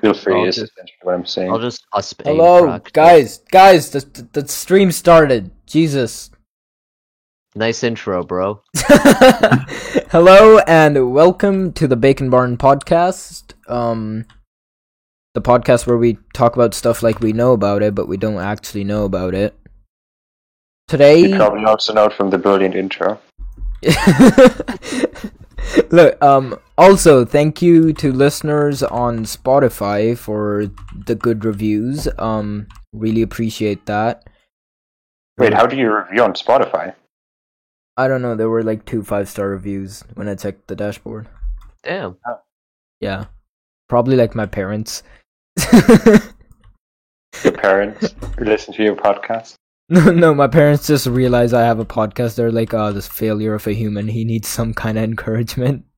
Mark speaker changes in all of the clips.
Speaker 1: Feel free
Speaker 2: I'll
Speaker 1: to
Speaker 2: just-
Speaker 1: just, what I'm saying.
Speaker 2: I'll just husp a
Speaker 3: Hello,
Speaker 2: fraction.
Speaker 3: guys, guys, the, the, the stream started. Jesus.
Speaker 2: Nice intro, bro.
Speaker 3: Hello and welcome to the Bacon Barn podcast. Um, the podcast where we talk about stuff like we know about it, but we don't actually know about it.
Speaker 1: you
Speaker 3: Today,
Speaker 1: probably also know it from the brilliant intro.
Speaker 3: Look, um also thank you to listeners on Spotify for the good reviews. Um really appreciate that.
Speaker 1: Wait, how do you review on Spotify?
Speaker 3: I don't know, there were like two five star reviews when I checked the dashboard.
Speaker 2: Damn.
Speaker 3: Yeah. Probably like my parents.
Speaker 1: Your parents who listen to your podcast?
Speaker 3: no no, my parents just realized I have a podcast. They're like, oh, this failure of a human, he needs some kind of encouragement.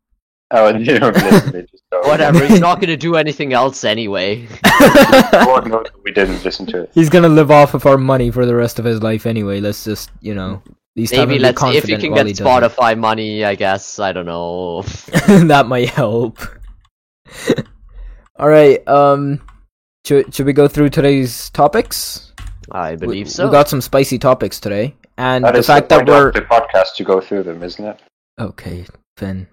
Speaker 1: Oh, and you don't listen. They just don't.
Speaker 2: Whatever. He's not gonna do anything else anyway.
Speaker 1: Oh, no, we didn't listen to it.
Speaker 3: He's gonna live off of our money for the rest of his life anyway. Let's just, you know, at least have
Speaker 2: Maybe
Speaker 3: him be
Speaker 2: let's if you
Speaker 3: confident
Speaker 2: can
Speaker 3: while
Speaker 2: get
Speaker 3: he does it.
Speaker 2: Spotify money, I guess. I don't know.
Speaker 3: that might help. All right, um, should should we go through today's topics?
Speaker 2: I
Speaker 3: We-
Speaker 2: believe so.
Speaker 3: We got some spicy topics today, and
Speaker 1: That
Speaker 3: the
Speaker 1: is the
Speaker 3: fact that
Speaker 1: point
Speaker 3: we're
Speaker 1: of the podcast to go through them, isn't it?
Speaker 3: okay, Finn.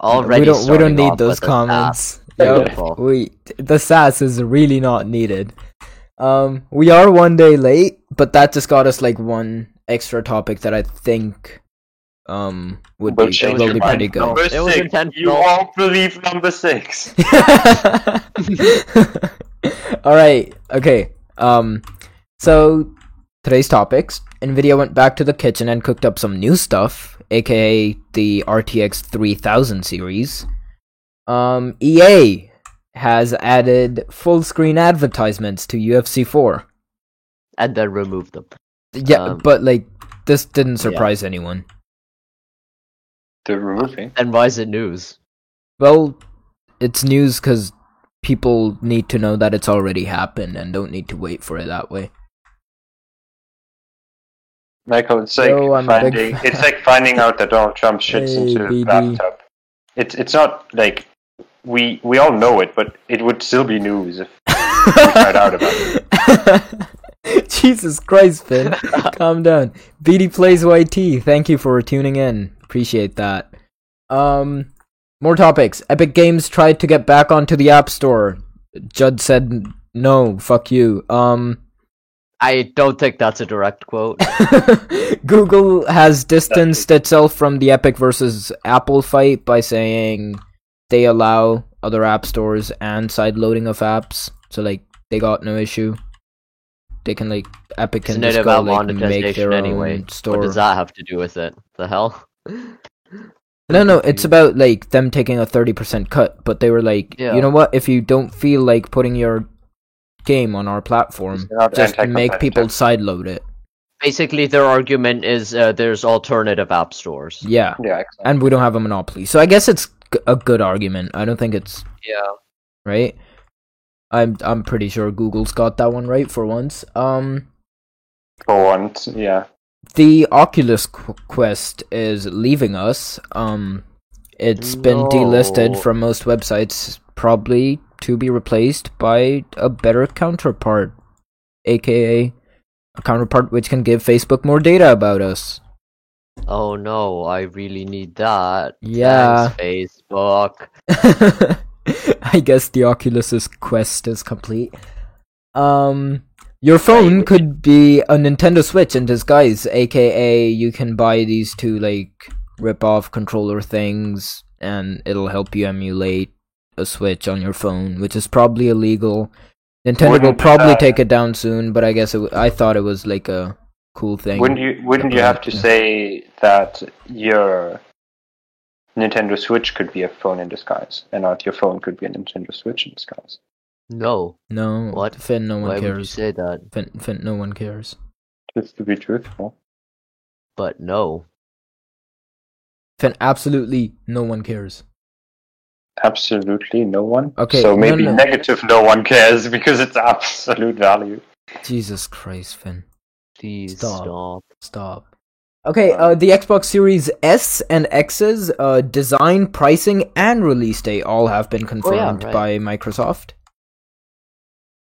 Speaker 2: Already
Speaker 3: we don't we
Speaker 2: starting
Speaker 3: don't
Speaker 2: off
Speaker 3: need
Speaker 2: with
Speaker 3: those
Speaker 2: the
Speaker 3: comments.
Speaker 2: sass.
Speaker 3: Yep.
Speaker 2: Beautiful.
Speaker 3: we the sass is really not needed. Um, we are one day late, but that just got us like one extra topic that I think um would
Speaker 1: We'll
Speaker 3: be
Speaker 1: change
Speaker 3: will
Speaker 1: your
Speaker 3: be
Speaker 1: mind.
Speaker 3: pretty good.
Speaker 1: Number
Speaker 2: It was
Speaker 1: six. You
Speaker 2: intentional.
Speaker 1: all believe number six.
Speaker 3: All right. Okay. Um so today's topics, Nvidia went back to the kitchen and cooked up some new stuff, aka the RTX 3000 series. Um EA has added full screen advertisements to UFC 4.
Speaker 2: and then remove them.
Speaker 3: Yeah,
Speaker 2: Um,
Speaker 3: but like this didn't
Speaker 2: yeah.
Speaker 3: surprise anyone.
Speaker 1: They're removing.
Speaker 2: And why is it news?
Speaker 3: Well, it's news cuz people need to know that it's already happened and don't need to wait for it that way.
Speaker 1: Michael, it's like
Speaker 3: No, I'm a big
Speaker 1: finding
Speaker 3: fan.
Speaker 1: it's like finding out that Donald Trump shits
Speaker 3: Hey,
Speaker 1: into
Speaker 3: BB.
Speaker 1: a bathtub. It's it's not like we we all know it, but it would still be news if found out about
Speaker 3: Jesus Christ, Finn. Calm down. BD Plays YT, thank you for tuning in. Appreciate that. Um, more topics. Epic Games tried to get back onto the App Store. Judd said, no, fuck you. Um,
Speaker 2: I don't think that's a direct quote.
Speaker 3: Google has distanced itself from the Epic versus Apple fight by saying they allow other app stores and side loading of apps. So like they got no issue. They can like Epic
Speaker 2: It's
Speaker 3: can
Speaker 2: not
Speaker 3: just go
Speaker 2: about
Speaker 3: like make
Speaker 2: monetization
Speaker 3: their
Speaker 2: anyway.
Speaker 3: own
Speaker 2: What
Speaker 3: store.
Speaker 2: does that have to do with it? The hell?
Speaker 3: No, no, it's about like them taking a thirty percent cut. But they were like,
Speaker 2: Yeah.
Speaker 3: you know what? If you don't feel like putting your game on our platform,
Speaker 1: It's not
Speaker 3: just make
Speaker 1: anti-competitive.
Speaker 3: people side load it.
Speaker 2: Basically, their argument is uh, there's alternative app stores.
Speaker 3: Yeah.
Speaker 1: Yeah, exactly.
Speaker 3: and we don't have a monopoly. So I guess it's g- a good argument. I don't think it's
Speaker 2: Yeah.
Speaker 3: right. I'm I'm pretty sure Google's got that one right for once. Um,
Speaker 1: for once. Yeah.
Speaker 3: the Oculus Qu- Quest is leaving us. Um, it's been
Speaker 2: No.
Speaker 3: delisted from most websites, probably to be replaced by a better counterpart, aka a counterpart which can give Facebook more data about us.
Speaker 2: Oh no, I really need that.
Speaker 3: Yeah.
Speaker 2: Thanks, Facebook.
Speaker 3: I guess the Oculus Quest is complete. Um, your phone could be a Nintendo Switch in disguise, aka you can buy these two like rip-off controller things, and it'll help you emulate a Switch on your phone, which is probably illegal. Nintendo will
Speaker 1: Wouldn't,
Speaker 3: probably
Speaker 1: uh,
Speaker 3: take it down soon, but I guess it w- I thought it was like a cool thing.
Speaker 1: Wouldn't you wouldn't you have to
Speaker 3: Yeah.
Speaker 1: say that your Nintendo Switch could be a phone in disguise, and not your phone could be a Nintendo Switch in disguise?
Speaker 2: No.
Speaker 3: No,
Speaker 2: What?
Speaker 3: Finn, no one
Speaker 2: Why would you
Speaker 3: cares.
Speaker 2: say that?
Speaker 3: Finn, Finn, no one cares.
Speaker 1: Just to be truthful.
Speaker 2: But no.
Speaker 3: Finn, absolutely no one cares.
Speaker 1: Absolutely no one.
Speaker 3: Okay,
Speaker 1: So
Speaker 3: no,
Speaker 1: maybe
Speaker 3: no.
Speaker 1: negative no one cares because it's absolute value.
Speaker 3: Jesus Christ, Finn.
Speaker 2: Please
Speaker 3: Stop.
Speaker 2: stop.
Speaker 3: Stop. Okay, uh, the Xbox Series S and X's
Speaker 2: Oh,
Speaker 3: uh, design, pricing, and release date all have been confirmed by Microsoft.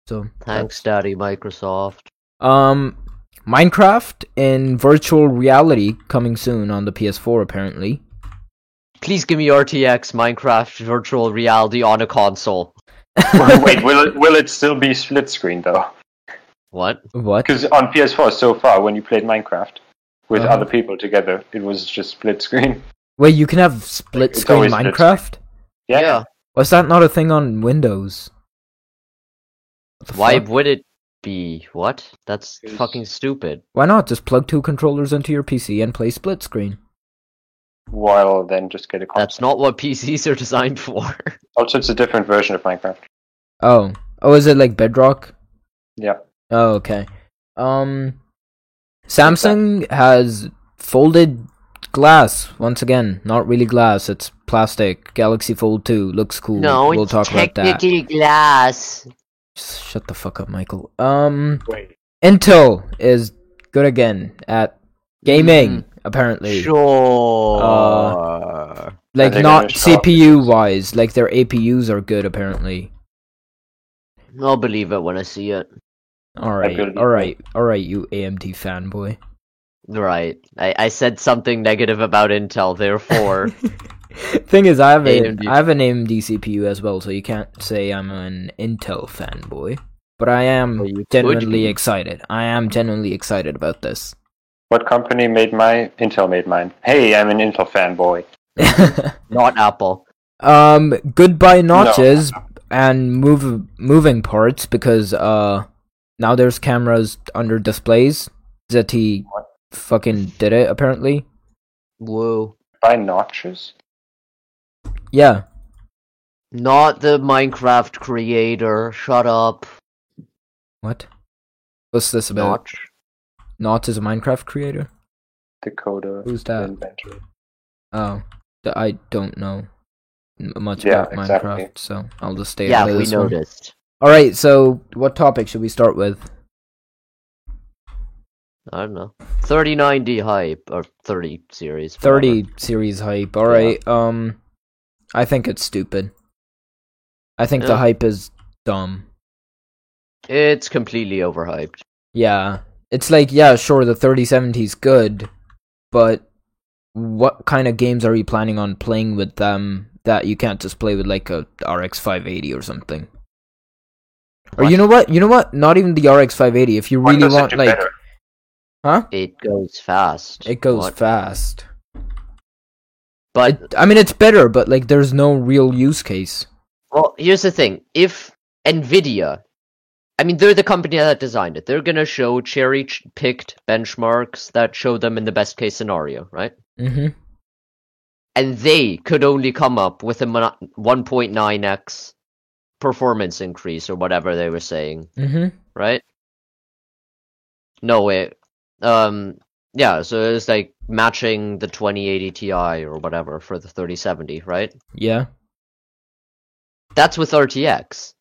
Speaker 3: So
Speaker 2: Thanks, Daddy Microsoft.
Speaker 3: Um, Minecraft in virtual reality coming soon on the PS4 apparently.
Speaker 2: Please give me RTX Minecraft virtual reality on a console.
Speaker 1: Wait, will it, will it still be split screen though?
Speaker 2: What?
Speaker 3: What?
Speaker 1: Because on PS4 so far, when you played Minecraft with
Speaker 3: Uh-huh.
Speaker 1: other people together, it was just split screen.
Speaker 3: Wait, you can have split
Speaker 1: It's
Speaker 3: screen
Speaker 1: always split
Speaker 3: Minecraft?
Speaker 1: Yeah.
Speaker 3: Was that not a thing on Windows? What the
Speaker 2: Why
Speaker 3: fuck?
Speaker 2: would it be? What? That's
Speaker 1: It's-
Speaker 2: fucking stupid.
Speaker 3: Why not just plug two controllers into your PC and play split screen?
Speaker 1: While then just get a console.
Speaker 2: That's not what PCs are designed for.
Speaker 1: Also, it's a different version of Minecraft.
Speaker 3: Oh, oh, is it like Bedrock?
Speaker 1: Yeah.
Speaker 3: Oh, okay. Um, Samsung has folded glass once again. Not really glass; it's plastic. Galaxy Fold Two looks cool. we'll talk about that.
Speaker 2: glass.
Speaker 3: Just shut the fuck up, Michael. Um,
Speaker 1: Wait.
Speaker 3: Intel is good again at gaming.
Speaker 1: Mm-hmm.
Speaker 3: Apparently,
Speaker 2: Sure.
Speaker 3: like
Speaker 1: they're
Speaker 3: not
Speaker 1: gonna show off the
Speaker 3: CPU wise, like their APUs are good. Apparently.
Speaker 2: I'll believe it when I see it.
Speaker 3: All right,
Speaker 1: good.
Speaker 3: all right, all right. You AMD fanboy.
Speaker 2: Right. I, I said something negative about Intel, therefore.
Speaker 3: Thing is, I have a I
Speaker 2: AMD.
Speaker 3: have an AMD CPU as well, so you can't say I'm an Intel fanboy. But I am
Speaker 2: Well, you could
Speaker 3: genuinely
Speaker 2: be.
Speaker 3: excited. I am genuinely excited about this.
Speaker 1: What company made my Intel made mine? Hey, I'm an Intel fanboy.
Speaker 2: not Apple.
Speaker 3: um, goodbye notches and move moving parts because uh now there's cameras under displays. Zeti
Speaker 1: What?
Speaker 3: fucking did it apparently.
Speaker 2: Woo.
Speaker 1: By notches?
Speaker 3: Yeah,
Speaker 2: Not the Minecraft creator. Shut up.
Speaker 3: what? What's this about?
Speaker 2: Notch.
Speaker 3: Notch is a Minecraft creator.
Speaker 1: Dakota.
Speaker 3: Who's that?
Speaker 1: Inventor.
Speaker 3: Oh, th- I don't know m- much
Speaker 1: Yeah,
Speaker 3: about
Speaker 1: exactly.
Speaker 3: Minecraft, so I'll just stay
Speaker 2: Yeah,
Speaker 3: out of
Speaker 2: we
Speaker 3: this one.
Speaker 2: noticed.
Speaker 3: All right, so what topic should we start with?
Speaker 2: I don't know. 39D hype or 30 series. whatever.
Speaker 3: Thirty series hype. All
Speaker 2: Yeah.
Speaker 3: right, um, I think it's stupid. I think the
Speaker 2: Yeah.
Speaker 3: hype is dumb.
Speaker 2: It's completely overhyped.
Speaker 3: Yeah, it's like yeah, sure, the thirty seventy is good, but what kind of games are you planning on playing with them that you can't just play with like a RX five eighty or something? Or you know what? You know what? Not even the RX five eighty. If you
Speaker 1: What
Speaker 3: really
Speaker 1: does it
Speaker 3: want
Speaker 1: do
Speaker 3: like
Speaker 1: better?
Speaker 3: Huh?
Speaker 2: It goes fast.
Speaker 3: It goes
Speaker 2: What?
Speaker 3: fast.
Speaker 2: But
Speaker 3: I mean, it's better, but like, there's no real use case.
Speaker 2: well, here's the thing: if Nvidia, I mean, they're the company that designed it. They're gonna show cherry-picked benchmarks that show them in the best-case scenario, right?
Speaker 3: Mm-hmm.
Speaker 2: And they could only come up with a mono- 1.9x performance increase or whatever they were saying,
Speaker 3: Mm-hmm.
Speaker 2: right? No wait, um, yeah. So it's like matching the 2080 Ti or whatever for the 3070, right?
Speaker 3: Yeah.
Speaker 2: That's with RTX.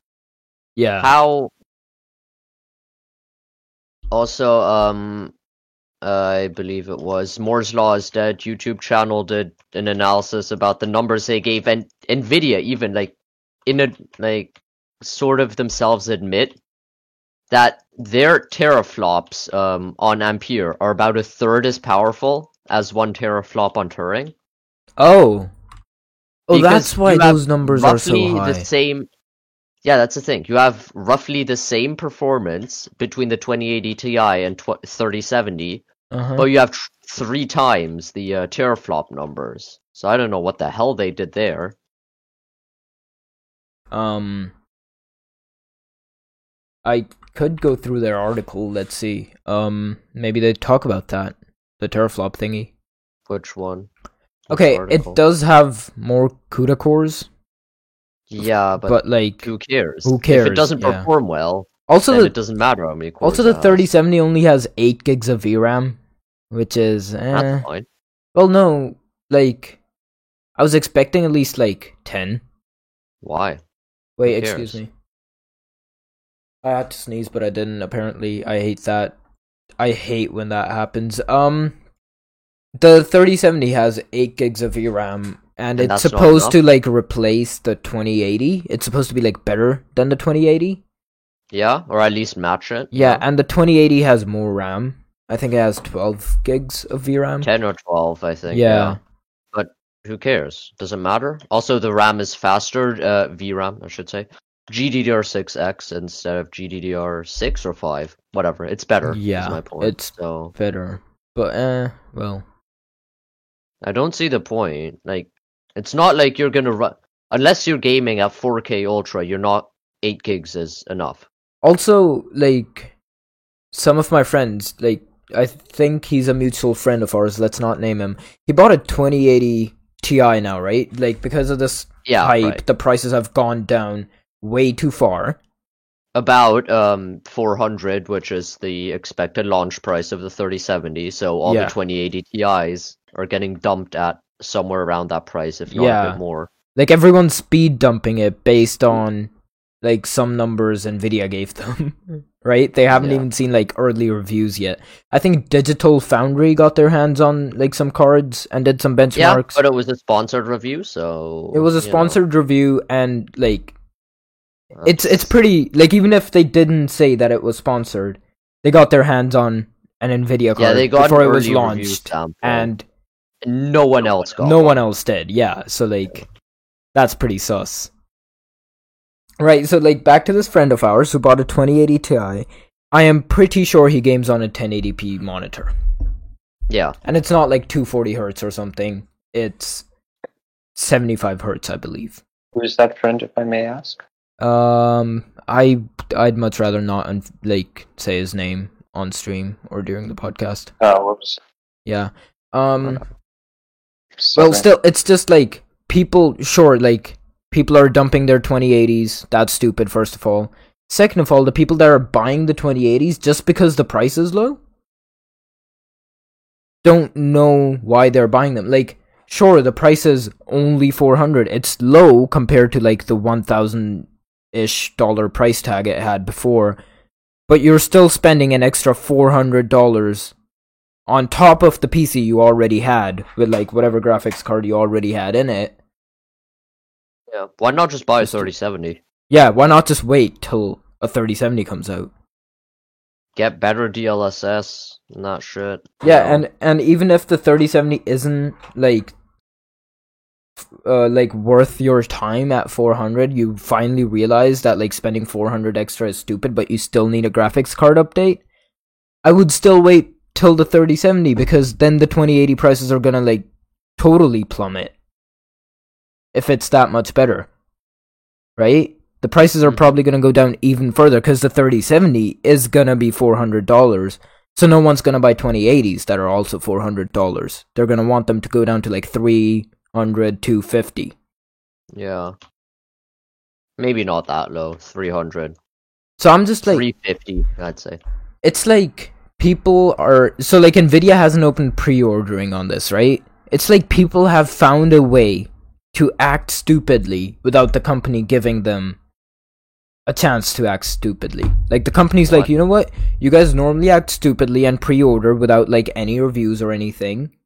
Speaker 3: Yeah.
Speaker 2: How? Also, um, I believe it was Moore's Law is dead. YouTube channel did an analysis about the numbers they gave, and Nvidia even like, in a like, sort of themselves admit that their teraflops um on Ampere are about a third as powerful as one teraflop on Turing.
Speaker 3: Oh. Oh,
Speaker 2: Because
Speaker 3: that's why
Speaker 2: you have
Speaker 3: those numbers are so
Speaker 2: roughly
Speaker 3: high.
Speaker 2: the same. Yeah, that's the thing. You have roughly the same performance between the 2080 Ti and tw- 3070,
Speaker 3: uh-huh.
Speaker 2: but you have tr- three times the uh, teraflop numbers. So I don't know what the hell they did there. Oh,
Speaker 3: Um. I could go through their article. Let's see. Um. Maybe they talk about that. The teraflop thingy.
Speaker 2: Which one? Which
Speaker 3: Okay,
Speaker 2: article?
Speaker 3: it does have more CUDA cores,
Speaker 2: Yeah,
Speaker 3: but,
Speaker 2: but,
Speaker 3: like
Speaker 2: who cares?
Speaker 3: who
Speaker 2: If
Speaker 3: cares?
Speaker 2: it doesn't
Speaker 3: Yeah.
Speaker 2: perform well,
Speaker 3: also
Speaker 2: then
Speaker 3: the
Speaker 2: it doesn't matter how many cores.
Speaker 3: also
Speaker 2: it
Speaker 3: the
Speaker 2: has.
Speaker 3: 3070 only has eight gigs of VRAM, which is eh.
Speaker 2: That's fine.
Speaker 3: Well, no, like I was expecting at least like ten.
Speaker 2: Why?
Speaker 3: Wait,
Speaker 2: Who
Speaker 3: excuse
Speaker 2: cares?
Speaker 3: me. I had to sneeze, but I didn't. Apparently, I hate that. I hate when that happens. Um, the thirty seventy has eight gigs of VRAM, and,
Speaker 2: And
Speaker 3: it's
Speaker 2: that's not
Speaker 3: supposed to like replace the twenty eighty. It's supposed to be like better than the twenty eighty.
Speaker 2: Yeah, or at least match it.
Speaker 3: Yeah, and the 2080 has more RAM. I think it has 12 gigs of VRAM.
Speaker 2: ten or twelve, I think.
Speaker 3: Yeah.
Speaker 2: but who cares? Doesn't matter. Also, the RAM is faster. Uh, VRAM, I should say. GDDR6X instead of GDDR6 or 5, whatever. It's better. is
Speaker 3: Yeah,
Speaker 2: my point.
Speaker 3: it's-
Speaker 2: so
Speaker 3: Better. But, eh, well.
Speaker 2: I don't see the point. Like, it's not like you're gonna run unless you're gaming at 4K Ultra. You're not eight gigs is enough.
Speaker 3: Also, like, some of my friends, like, I think he's a mutual friend of ours, let's not name him. He bought a 2080 Ti now, right? Like, because of this
Speaker 2: Yeah,
Speaker 3: hype,
Speaker 2: right.
Speaker 3: the prices have gone down way too far.
Speaker 2: about um 400 which is the expected launch price of the 3070 so all
Speaker 3: Yeah.
Speaker 2: the 2080 ti's are getting dumped at somewhere around that price if not a
Speaker 3: Yeah.
Speaker 2: bit more
Speaker 3: Like, everyone's speed dumping it based on, like, some numbers NVIDIA gave them, right? They haven't
Speaker 2: Yeah.
Speaker 3: even seen, like, early reviews yet. I think Digital Foundry got their hands on, like, some cards and did some benchmarks.
Speaker 2: yeah but it was a sponsored review so
Speaker 3: It was a
Speaker 2: you know,
Speaker 3: sponsored review, and like it's it's
Speaker 2: that's-
Speaker 3: pretty like even if they didn't say that it was sponsored, they got their hands on an Nvidia card
Speaker 2: yeah they got
Speaker 3: before
Speaker 2: an
Speaker 3: it was
Speaker 2: early review
Speaker 3: launched,
Speaker 2: sample,
Speaker 3: and
Speaker 2: no one else got
Speaker 3: no
Speaker 2: one.
Speaker 3: one else did. Yeah, so like that's pretty sus. Right, so like back to this friend of ours who bought a 2080 Ti. I am pretty sure he games on a 1080p monitor,
Speaker 2: yeah
Speaker 3: and it's not like 240 hertz or something. It's 75 hertz, I believe.
Speaker 1: Who's that friend, if I may ask?
Speaker 3: Um, I I'd much rather not un- like say his name on stream or during the podcast.
Speaker 1: Oh, whoops.
Speaker 3: Yeah. Um.
Speaker 1: Sorry.
Speaker 3: Well, still, it's just like people. Sure, like people are dumping their 2080s. That's stupid. First of all. Second of all, the people that are buying the 2080s just because the price is low don't know why they're buying them. Like, sure, the price is only 400. It's low compared to like the 1000 ish dollar price tag it had before, but you're still spending an extra $400 on top of the PC you already had with like whatever graphics card you already had in it.
Speaker 2: yeah why not just buy a
Speaker 3: Just-
Speaker 2: 3070
Speaker 3: Yeah, why not just wait till a 3070 comes out?
Speaker 2: get better dlss and that shit you
Speaker 3: Yeah,
Speaker 2: know.
Speaker 3: and and even if the 3070 isn't like f- uh like worth your time at 400, you finally realize that like spending 400 extra is stupid, but you still need a graphics card update. I would still wait till the 3070 because then the 2080 prices are going to like totally plummet if it's that much better. Right? The prices are
Speaker 2: Mhm.
Speaker 3: probably going to go down even further cuz the 3070 is going to be $400. So no one's gonna buy 2080s that are also four hundred dollars. They're gonna want them to go down to like 300, 250.
Speaker 2: yeah maybe not that low 300
Speaker 3: So I'm just like,
Speaker 2: 350 i'd say
Speaker 3: it's like people are so like Nvidia hasn't opened pre-ordering on this, right? It's like people have found a way to act stupidly without the company giving them a chance to act stupidly. Like the company's like,
Speaker 2: What?
Speaker 3: you know what? You guys normally act stupidly and pre-order without like any reviews or anything.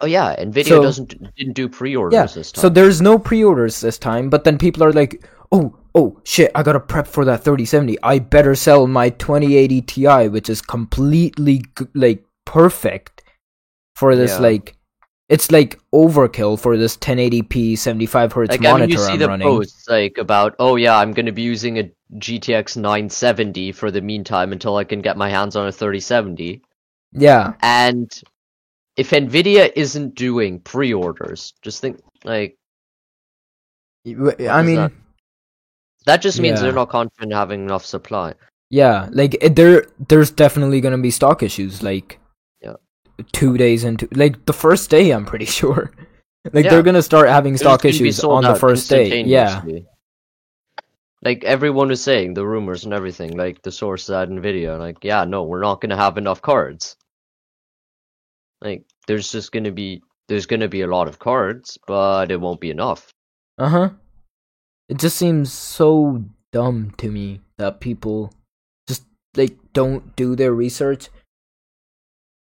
Speaker 2: Oh yeah, Nvidia
Speaker 3: So-
Speaker 2: doesn't didn't do pre-orders
Speaker 3: Yeah.
Speaker 2: this time.
Speaker 3: So there's no pre-orders this time, but then people are like, "Oh, oh shit, I got to prep for that 3070. I better sell my 2080 Ti, which is completely g- like perfect for this
Speaker 2: Yeah.
Speaker 3: like it's like overkill for this 1080p 75 hertz
Speaker 2: like I
Speaker 3: monitor
Speaker 2: mean, you see
Speaker 3: am
Speaker 2: the
Speaker 3: running.
Speaker 2: posts like about oh yeah, I'm going to be using a GTX 970 for the meantime until I can get my hands on a 3070.
Speaker 3: Yeah.
Speaker 2: And if Nvidia isn't doing pre-orders, just think like
Speaker 3: I
Speaker 2: does
Speaker 3: mean,
Speaker 2: that- that just means
Speaker 3: Yeah.
Speaker 2: they're not confident in having enough supply.
Speaker 3: yeah, like it, there there's definitely going to be stock issues like
Speaker 2: Yeah.
Speaker 3: 2 days into like the first day, I'm pretty sure. Like
Speaker 2: Yeah.
Speaker 3: they're going to start having
Speaker 2: They're
Speaker 3: stock
Speaker 2: just gonna be
Speaker 3: issues
Speaker 2: sold
Speaker 3: on the
Speaker 2: out
Speaker 3: first day. Yeah.
Speaker 2: instantaneously. Like everyone was saying, the rumors and everything, like the sources at Nvidia, like yeah, no, we're not gonna have enough cards. Like there's just gonna be there's gonna be a lot of cards, but it won't be enough.
Speaker 3: Uh huh. It just seems so dumb to me that people just like don't do their research.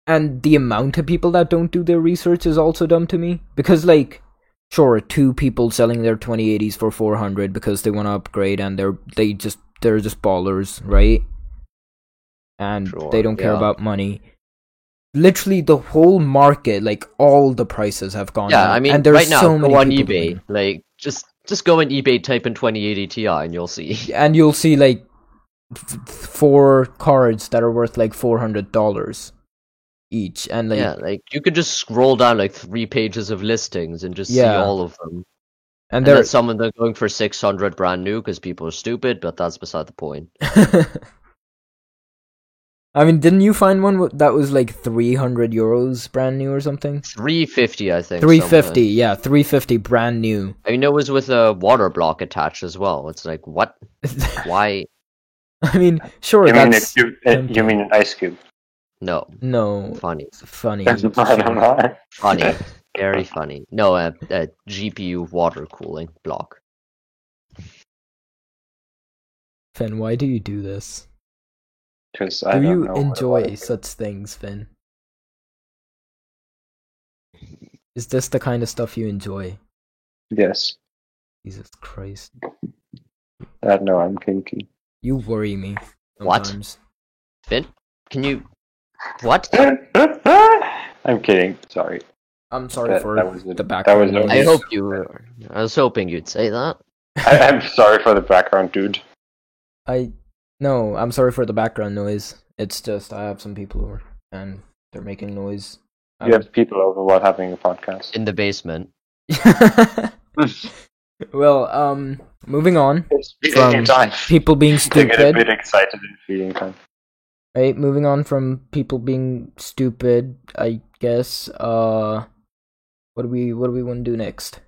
Speaker 3: And the amount of people that don't do their research is also dumb to me because like sure two people selling their 2080s for 400 because they want to upgrade and they're they just they're just ballers, right? And they
Speaker 2: Sure,
Speaker 3: don't care
Speaker 2: yeah.
Speaker 3: about money. Literally, the whole market, like all the prices, have gone.
Speaker 2: yeah,
Speaker 3: up,
Speaker 2: I mean,
Speaker 3: Oh, and there's
Speaker 2: right now,
Speaker 3: so many
Speaker 2: go on
Speaker 3: people
Speaker 2: eBay.
Speaker 3: doing
Speaker 2: Like, just just go on eBay, type in 2080 Ti, and you'll see.
Speaker 3: it. and you'll see like f- f- four cards that are worth like four hundred dollars each, and like
Speaker 2: yeah, like you could just scroll down like three pages of listings and just see
Speaker 3: Yeah.
Speaker 2: all of them.
Speaker 3: and
Speaker 2: And,
Speaker 3: they're
Speaker 2: then some of them are going for 600 brand new because people are stupid, but that's beside the point.
Speaker 3: I mean, didn't you find one w- that was like 300 euros brand new or something?
Speaker 2: 350, I think. somewhere.
Speaker 3: 350, yeah, 350 brand new.
Speaker 2: I mean, it was with a water block attached as well. It's like, what? Why?
Speaker 3: I mean, sure,
Speaker 1: You mean, a
Speaker 3: that's
Speaker 1: cube, uh,
Speaker 3: tempting.
Speaker 1: you mean an ice cube?
Speaker 2: No.
Speaker 3: no
Speaker 2: Funny.
Speaker 3: it's funny.
Speaker 1: That's not I don't know.
Speaker 2: Funny. Very funny. No, a, a GPU water cooling block.
Speaker 3: Finn, why do you do this?
Speaker 1: 'Cause I
Speaker 3: Do
Speaker 1: don't
Speaker 3: you
Speaker 1: know what it
Speaker 3: enjoy
Speaker 1: was.
Speaker 3: such things, Finn? Is this the kind of stuff you enjoy?
Speaker 1: Yes.
Speaker 3: Jesus Christ,
Speaker 1: I don't know. Uh, I'm kinky.
Speaker 3: you worry me.
Speaker 2: What?
Speaker 3: Sometimes.
Speaker 2: Finn, can you. What?
Speaker 1: I'm kidding. Sorry.
Speaker 3: I'm sorry
Speaker 1: That-
Speaker 3: for
Speaker 1: that was a-
Speaker 3: the
Speaker 1: that was
Speaker 3: background.
Speaker 1: a-
Speaker 3: noise.
Speaker 2: I hope you. were- I was hoping you'd say that.
Speaker 1: I, I'm sorry for the background, dude.
Speaker 3: I no, I'm sorry for the background noise. It's just I have some people over and they're making noise. Um, I
Speaker 1: You have people over while having a podcast.
Speaker 2: In the basement.
Speaker 3: don't- well, um, moving on.
Speaker 1: It's
Speaker 3: From-
Speaker 1: feeding time.
Speaker 3: People being
Speaker 1: They get a bit
Speaker 3: stupid,
Speaker 1: excited in feeding time.
Speaker 3: right? Moving on from people being stupid, I guess. Uh, what do we what do we want to do next?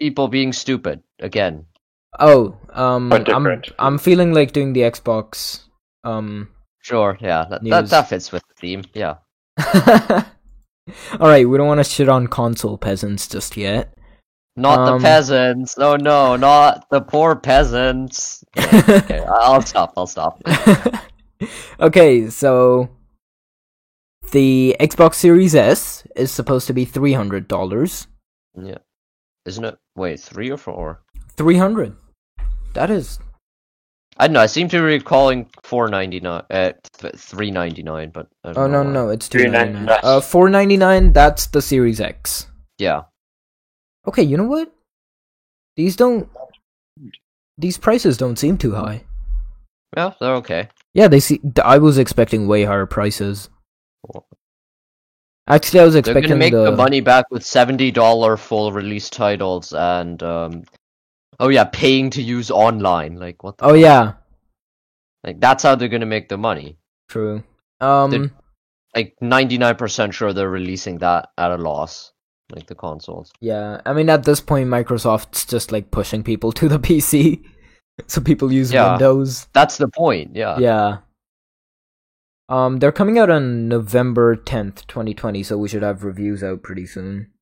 Speaker 2: People being stupid. Again.
Speaker 3: Oh, um,
Speaker 1: But
Speaker 3: I'm
Speaker 1: different.
Speaker 3: I'm feeling like doing the Xbox. Um,
Speaker 2: Sure, yeah. That, that,
Speaker 3: News.
Speaker 2: that fits with the theme, yeah.
Speaker 3: all right, we don't want to shit on console peasants just yet.
Speaker 2: Not
Speaker 3: Um,
Speaker 2: the peasants. No, no, not the poor peasants. Okay, I- I'll stop. I'll stop.
Speaker 3: okay, so the Xbox Series S is supposed to be three hundred dollars.
Speaker 2: Yeah, isn't it? Wait, three or four?
Speaker 3: Three hundred. That is
Speaker 2: I don't know. I seem to be recalling four ninety nine. Uh, th- three ninety nine. But uh, I don't
Speaker 3: oh
Speaker 2: know
Speaker 3: no
Speaker 2: why.
Speaker 3: no it's two ninety nine.
Speaker 1: $399.
Speaker 3: Uh, four ninety nine. That's the Series X.
Speaker 2: Yeah,
Speaker 3: Okay, you know what? These don't. These prices don't seem too high.
Speaker 2: yeah, they're okay.
Speaker 3: Yeah, they see. I was expecting way higher prices.
Speaker 2: Well-
Speaker 3: Actually, I was
Speaker 2: They're gonna
Speaker 3: expecting
Speaker 2: make
Speaker 3: the
Speaker 2: the money back with seventy dollar full release titles and um, oh yeah, paying to use online. Like what? The,
Speaker 3: Oh yeah,
Speaker 2: Like that's how they're gonna make the money.
Speaker 3: true. Um.
Speaker 2: They're- Like ninety nine percent sure they're releasing that at a loss. Like the consoles.
Speaker 3: Yeah, I mean at this point Microsoft's just like pushing people to the PC, so people use
Speaker 2: Yeah.
Speaker 3: Windows.
Speaker 2: That's the point. Yeah.
Speaker 3: yeah. Um, they're coming out on November tenth, twenty twenty, so we should have reviews out pretty soon.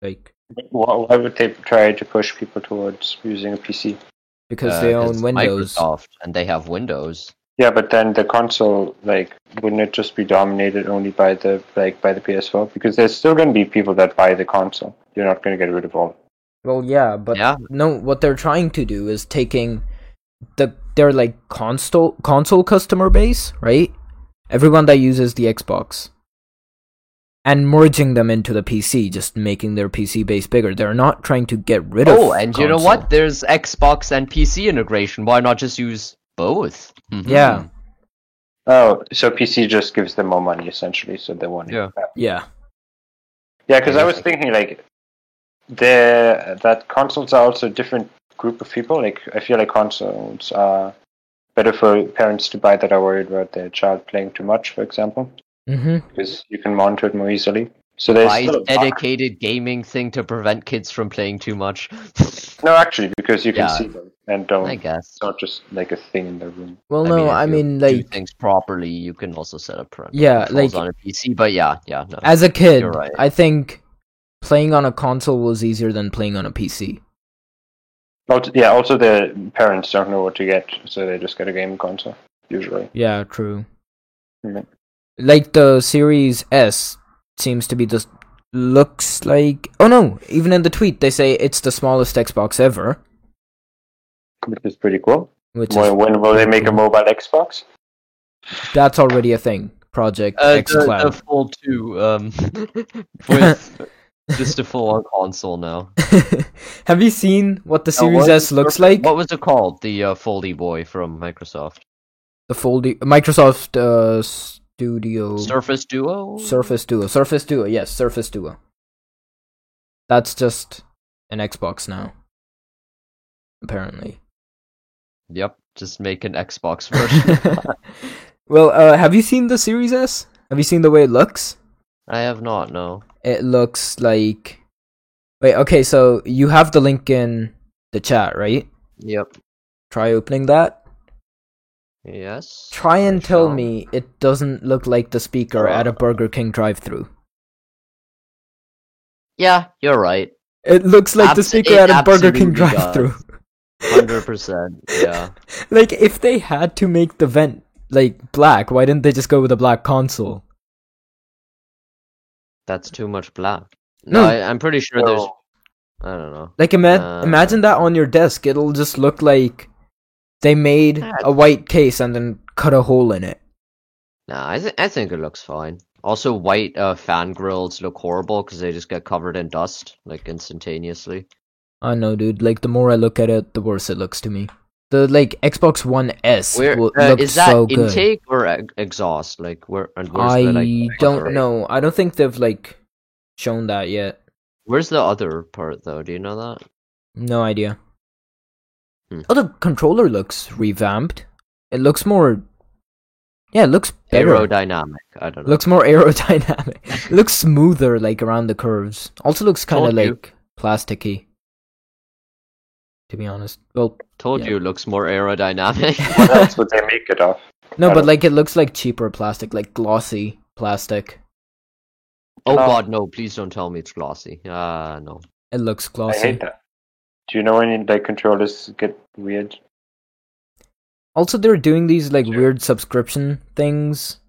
Speaker 3: Like
Speaker 1: Why, why would they try to push people towards using a PC?
Speaker 3: because
Speaker 2: Uh,
Speaker 3: they own
Speaker 2: it's
Speaker 3: Windows.
Speaker 2: Microsoft, and they have Windows.
Speaker 1: Yeah, but then the console, like, wouldn't it just be dominated only by the like by the PS4? Because there's still going to be people that buy the console. You're not going to get rid of all.
Speaker 3: Well, yeah, but
Speaker 2: Yeah.
Speaker 3: no, what they're trying to do is taking the their like console console customer base, right? Everyone that uses the Xbox and merging them into the PC, just making their PC base bigger. They're not trying to get rid of
Speaker 2: Oh, and you know what?
Speaker 3: console.
Speaker 2: There's Xbox and PC integration. Why not just use both? Mhm.
Speaker 3: Yeah.
Speaker 1: Oh, so PC just gives them more money essentially, so they want
Speaker 2: Yeah.
Speaker 1: it. back.
Speaker 3: Yeah.
Speaker 1: Yeah, because I was
Speaker 2: Exactly.
Speaker 1: thinking like the that consoles are also a different group of people. Like I feel like consoles are better for parents to buy that are worried about their child playing too much, for example,
Speaker 3: Mhm.
Speaker 1: because you can monitor it more easily. So there's
Speaker 2: Buy
Speaker 1: still a market.
Speaker 2: dedicated gaming thing to prevent kids from playing too much.
Speaker 1: no actually because you can
Speaker 2: Yeah.
Speaker 1: see them and don't.
Speaker 2: I guess.
Speaker 1: it's not just like a thing in the room.
Speaker 3: Well, no,
Speaker 2: if
Speaker 3: I
Speaker 2: you
Speaker 3: mean
Speaker 2: do
Speaker 3: like
Speaker 2: things properly. You can also set up parental
Speaker 3: Yeah,
Speaker 2: controls
Speaker 3: like-
Speaker 2: on a PC. But yeah, yeah, no.
Speaker 3: as a kid,
Speaker 2: You're right.
Speaker 3: I think playing on a console was easier than playing on a PC.
Speaker 1: Also, yeah. Also, the parents don't know what to get, so they just get a game console usually.
Speaker 3: Yeah, true.
Speaker 1: Mhm.
Speaker 3: Like the Series S seems to be just looks like. Oh no! Even in the tweet, they say it's the smallest Xbox ever,
Speaker 1: which is pretty cool.
Speaker 3: which is
Speaker 1: When, when will they make a mobile Xbox?
Speaker 3: that's already a thing. Project
Speaker 2: Uh,
Speaker 3: X
Speaker 2: the, the
Speaker 3: Cloud.
Speaker 2: full two, um, with just a full-on console now.
Speaker 3: Have you seen what the
Speaker 2: Now,
Speaker 3: Series
Speaker 2: what-
Speaker 3: S looks like?
Speaker 2: What was it called? The uh, Foldy boy from Microsoft.
Speaker 3: The foldy Microsoft uh, Studio
Speaker 2: Surface Duo.
Speaker 3: Surface Duo. Surface Duo. Yes, Surface Duo. That's just an Xbox now. Apparently.
Speaker 2: Yep. Just make an Xbox version.
Speaker 3: well, uh, have you seen the Series S? Have you seen the way it looks?
Speaker 2: I have not. No.
Speaker 3: It looks like. Wait, okay, so you have the link in the chat, right?
Speaker 2: Yep.
Speaker 3: Try opening that.
Speaker 2: Yes.
Speaker 3: Try and
Speaker 2: I
Speaker 3: tell
Speaker 2: shall.
Speaker 3: me it doesn't look like the speaker at a Burger King drive thru.
Speaker 2: Yeah, you're right.
Speaker 3: It looks like the
Speaker 2: Abs-
Speaker 3: speaker
Speaker 2: it
Speaker 3: at a Burger King
Speaker 2: absolutely
Speaker 3: drive thru.
Speaker 2: Hundred percent. Yeah.
Speaker 3: like, if they had to make the vent, like, black, why didn't they just go with a black console?
Speaker 2: That's too much black. No,
Speaker 3: No.
Speaker 2: I, I'm pretty sure there's.
Speaker 1: No.
Speaker 2: I don't know.
Speaker 3: Like ima-
Speaker 2: Uh,
Speaker 3: imagine that on your desk. It'll just look like they made a white case and then cut a hole in it.
Speaker 2: Nah, I think I think it looks fine. Also, white uh, fan grills look horrible because they just get covered in dust like instantaneously.
Speaker 3: I know, dude. Like the more I look at it, the worse it looks to me. The like Xbox One S
Speaker 2: Where
Speaker 3: will,
Speaker 2: uh,
Speaker 3: looks
Speaker 2: is that
Speaker 3: so good.
Speaker 2: intake or e- exhaust? Like where? And where's
Speaker 3: I
Speaker 2: the, like,
Speaker 3: don't
Speaker 2: other-
Speaker 3: know. I don't think they've like shown that yet.
Speaker 2: Where's the other part though? Do you know that?
Speaker 3: No idea.
Speaker 2: Hmm.
Speaker 3: Oh, the controller looks revamped. It looks more. Yeah, it looks better.
Speaker 2: Aerodynamic. I don't know.
Speaker 3: looks more aerodynamic. looks smoother, like around the curves. Also looks kind of
Speaker 2: Told you.
Speaker 3: like plasticky. To be honest, well,
Speaker 2: Told
Speaker 3: yeah.
Speaker 2: you, it looks more aerodynamic.
Speaker 1: What else would they make it of?
Speaker 3: no,
Speaker 1: I
Speaker 3: but
Speaker 1: don't-
Speaker 3: like it looks like cheaper plastic, like glossy plastic.
Speaker 2: oh
Speaker 1: Uh,
Speaker 2: god, no! Please don't tell me it's glossy. Ah, no.
Speaker 3: It looks glossy.
Speaker 1: I hate that. Do you know any like controllers get weird?
Speaker 3: Also, they're doing these like
Speaker 1: Sure.
Speaker 3: weird subscription things.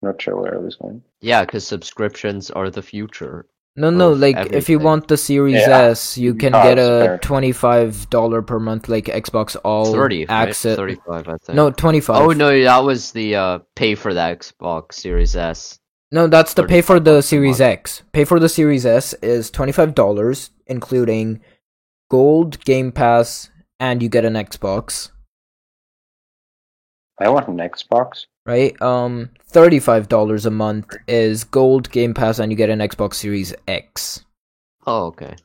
Speaker 1: Not sure where I was going.
Speaker 2: Yeah, because subscriptions are the future.
Speaker 3: No, no,
Speaker 2: Of
Speaker 3: like if you
Speaker 2: everything.
Speaker 3: want the Series
Speaker 1: Yeah.
Speaker 3: S, you can
Speaker 1: Oh,
Speaker 3: get a
Speaker 1: fair.
Speaker 3: twenty-five dollar per month like Xbox All
Speaker 2: Thirty, right?
Speaker 3: Oh, Access.
Speaker 2: thirty-five. I think.
Speaker 3: No, twenty-five.
Speaker 2: Oh no, that was the uh, pay for the Xbox Series S.
Speaker 3: No, that's to pay for
Speaker 2: 35
Speaker 3: the
Speaker 2: bucks a
Speaker 3: Series
Speaker 2: month.
Speaker 3: X. Pay for the Series S is twenty-five dollars, including Gold, Game Pass, and you get an Xbox,
Speaker 1: I want an Xbox.
Speaker 3: right? Um, thirty-five dollars a month is Gold, Game Pass, and you get an Xbox Series X.
Speaker 2: Oh okay.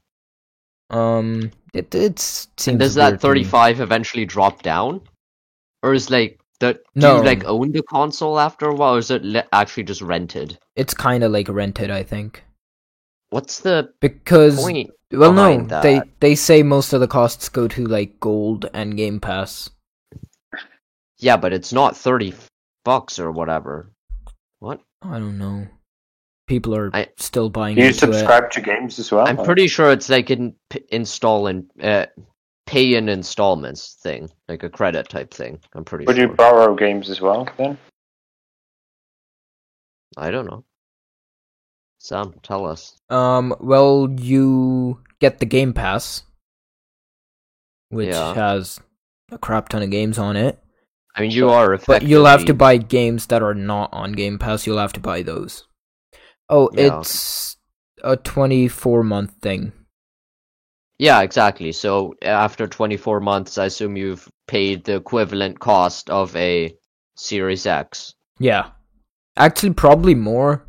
Speaker 3: Um, it it seems.
Speaker 2: And does
Speaker 3: weird
Speaker 2: that
Speaker 3: to me.
Speaker 2: thirty-five eventually drop down, or is like the do
Speaker 3: No.
Speaker 2: you like own the console after a while, or is it le- actually just rented?
Speaker 3: It's kind of like rented, I think,
Speaker 2: What's the
Speaker 3: because
Speaker 2: point?
Speaker 3: well, no,
Speaker 2: behind
Speaker 3: they
Speaker 2: that?
Speaker 3: they say most of the costs go to like Gold and Game Pass.
Speaker 2: Yeah, but it's not thirty bucks or whatever. What?
Speaker 3: I don't know. People are
Speaker 2: I-
Speaker 3: still buying.
Speaker 1: Do you
Speaker 3: into it.
Speaker 1: subscribe to games as well?
Speaker 3: Uh-huh.
Speaker 2: I'm pretty sure it's like an p- install and uh, pay in installments thing, like a credit type thing. I'm pretty
Speaker 1: Would
Speaker 2: sure.
Speaker 1: you borrow games as well then?
Speaker 2: I don't know. Sam, tell us.
Speaker 3: Um, well, you get the Game Pass, which
Speaker 2: Yeah.
Speaker 3: has a crap ton of games on it.
Speaker 2: I mean, you are
Speaker 3: But
Speaker 2: effectively.
Speaker 3: you'll have to buy games that are not on Game Pass. You'll have to buy those. Oh,
Speaker 2: Yeah.
Speaker 3: it's a 24 month thing.
Speaker 2: Yeah, exactly. So after 24 months, I assume you've paid the equivalent cost of a Series X.
Speaker 3: Yeah. Actually, probably more.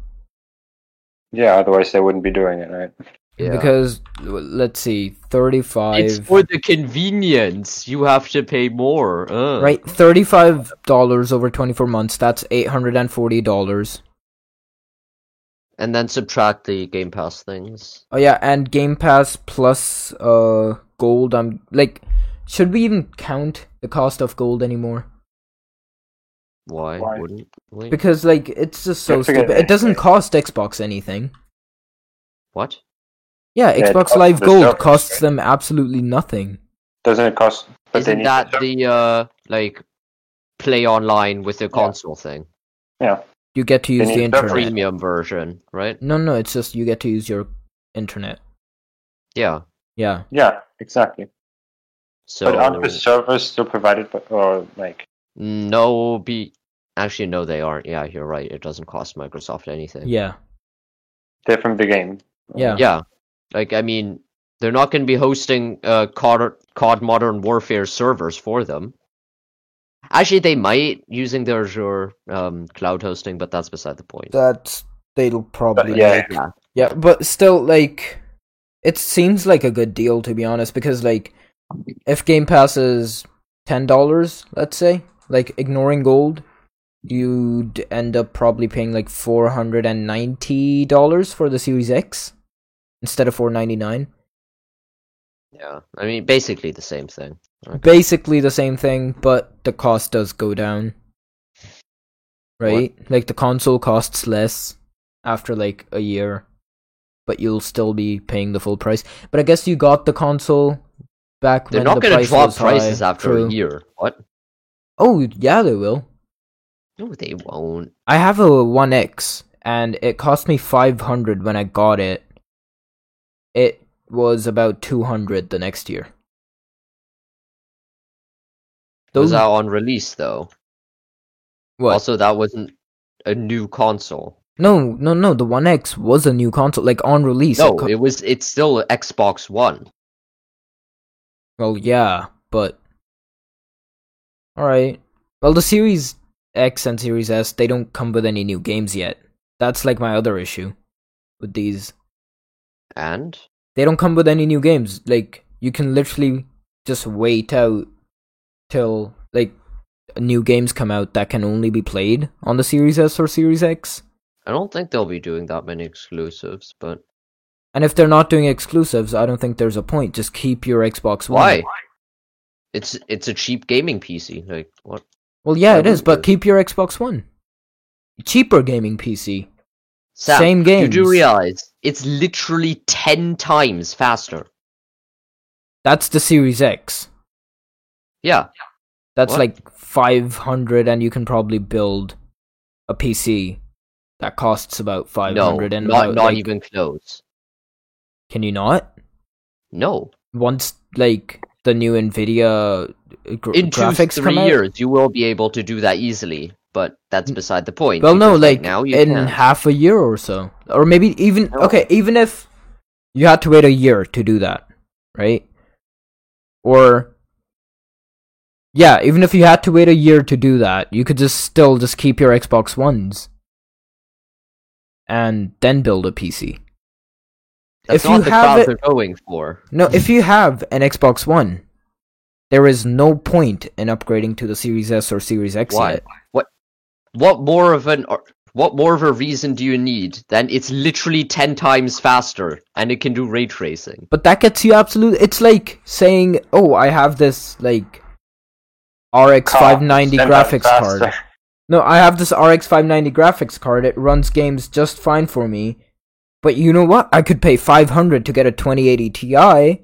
Speaker 1: Yeah, otherwise they wouldn't be doing it, right?
Speaker 2: Yeah.
Speaker 3: Because, w- let's see,
Speaker 2: it's
Speaker 3: 35.
Speaker 2: for the convenience. You have to pay more. Uh.
Speaker 3: Right, $35 over 24 months. That's $840.
Speaker 2: And then subtract the Game Pass things.
Speaker 3: Oh yeah, and Game Pass plus uh gold. I'm like, should we even count the cost of gold anymore?
Speaker 2: Why,
Speaker 1: Why?
Speaker 2: wouldn't we?
Speaker 3: Because like it's just so
Speaker 1: Don't forget
Speaker 3: stupid.
Speaker 1: that,
Speaker 3: It doesn't
Speaker 1: right?
Speaker 3: cost Xbox anything.
Speaker 2: what?
Speaker 3: Yeah,
Speaker 1: it
Speaker 3: Xbox
Speaker 1: costs
Speaker 3: Live
Speaker 1: the
Speaker 3: Gold
Speaker 1: service,
Speaker 3: costs
Speaker 1: right?
Speaker 3: them absolutely nothing.
Speaker 1: Doesn't it cost? But they
Speaker 2: Isn't
Speaker 1: need
Speaker 2: that
Speaker 1: to-
Speaker 2: the uh like play online with the console thing,
Speaker 1: yeah.
Speaker 3: You get to use
Speaker 1: need
Speaker 3: the
Speaker 1: to upgrade.
Speaker 3: internet.
Speaker 2: premium version, right?
Speaker 3: No, no, it's just you get to use your internet.
Speaker 2: Yeah.
Speaker 3: Yeah,
Speaker 1: Yeah, exactly.
Speaker 2: So
Speaker 1: But aren't the servers still provided by, or like,
Speaker 2: no, be actually no, they aren't. Yeah, you're right. It doesn't cost Microsoft anything.
Speaker 3: Yeah.
Speaker 1: they're from the game?
Speaker 3: Yeah.
Speaker 2: yeah. Like I mean, they're not going to be hosting uh COD, COD Modern Warfare servers for them. Actually, they might using their Azure um, cloud hosting, but that's beside the point.
Speaker 3: That they'll probably
Speaker 1: yeah.
Speaker 3: like- Yeah, but still, like, it seems like a good deal to be honest, because like, if Game Pass is ten dollars, let's say, like ignoring gold, you'd end up probably paying like four hundred and ninety dollars for the Series X instead of four ninety nine.
Speaker 2: Yeah, I mean, basically the same thing.
Speaker 3: Basically the same thing, but the cost does go down. Right? Like the console costs less after like a year, but you'll still be paying the full price. But I guess you got the console back
Speaker 2: They're
Speaker 3: when
Speaker 2: not
Speaker 3: the
Speaker 2: going to
Speaker 3: price
Speaker 2: drop
Speaker 3: was
Speaker 2: prices
Speaker 3: high.
Speaker 2: after
Speaker 3: True.
Speaker 2: a year. What?
Speaker 3: Oh, yeah, they will.
Speaker 2: No, they won't.
Speaker 3: I have a 1X and it cost me 500 when I got it. It was about 200 the next year.
Speaker 2: Those
Speaker 3: Those
Speaker 2: out on release though.
Speaker 3: what?
Speaker 2: Also, that wasn't a new console.
Speaker 3: No, no, no. The One X was a new console, like on release.
Speaker 2: No,
Speaker 3: it co-
Speaker 2: it was. It's still Xbox One.
Speaker 3: well, yeah, but all right. Well, the Series X and Series S they don't come with any new games yet. That's like my other issue with these.
Speaker 2: And
Speaker 3: They don't come with any new games. Like you can literally just wait out till like new games come out that can only be played on the Series S or Series X.
Speaker 2: I don't think they'll be doing that many exclusives. But
Speaker 3: And if they're not doing exclusives, I don't think there's a point. Just keep your Xbox One.
Speaker 2: why? It's it's a cheap gaming PC. Like what?
Speaker 3: Well, yeah,
Speaker 2: Why
Speaker 3: it is,
Speaker 2: wouldn't
Speaker 3: but
Speaker 2: it?
Speaker 3: keep your Xbox One. Cheaper gaming PC.
Speaker 2: Sam,
Speaker 3: Same
Speaker 2: You do
Speaker 3: games.
Speaker 2: realize it's literally ten times faster.
Speaker 3: That's the Series X.
Speaker 2: Yeah,
Speaker 3: That's
Speaker 2: What?
Speaker 3: like 500 and you can probably build a PC that costs about 500
Speaker 2: no,
Speaker 3: and
Speaker 2: not
Speaker 3: about,
Speaker 2: not
Speaker 3: like,
Speaker 2: even close.
Speaker 3: can you not?
Speaker 2: No,
Speaker 3: Once like the new Nvidia uh, gr-
Speaker 2: in two
Speaker 3: graphics
Speaker 2: three
Speaker 3: come out? Mm.
Speaker 2: years you will be able to do that easily but that's beside the point
Speaker 3: Well, no,
Speaker 2: because right
Speaker 3: like
Speaker 2: now you
Speaker 3: in
Speaker 2: can't.
Speaker 3: half a year or so, or maybe even
Speaker 2: No.
Speaker 3: okay, even if you had to wait a year to do that, right? Or yeah, even if you had to wait a year to do that, you could just still just keep your Xbox Ones and then build a PC.
Speaker 2: that's
Speaker 3: if
Speaker 2: not
Speaker 3: you
Speaker 2: the
Speaker 3: have
Speaker 2: crowd
Speaker 3: it-
Speaker 2: they're going for
Speaker 3: No, if you have an Xbox One, there is no point in upgrading to the Series S or Series X
Speaker 2: Why?
Speaker 3: yet.
Speaker 2: what more of an or- what more of a reason do you need than it's literally 10 times faster and it can do ray tracing
Speaker 3: But that gets you absolute. It's like saying, "Oh, I have this like RX
Speaker 1: Car,
Speaker 3: 590
Speaker 1: 10 times
Speaker 3: graphics
Speaker 1: faster.
Speaker 3: card. No, I have this RX 590 graphics card. It runs games just fine for me. But you know what? I could pay 500 to get a 2080 Ti,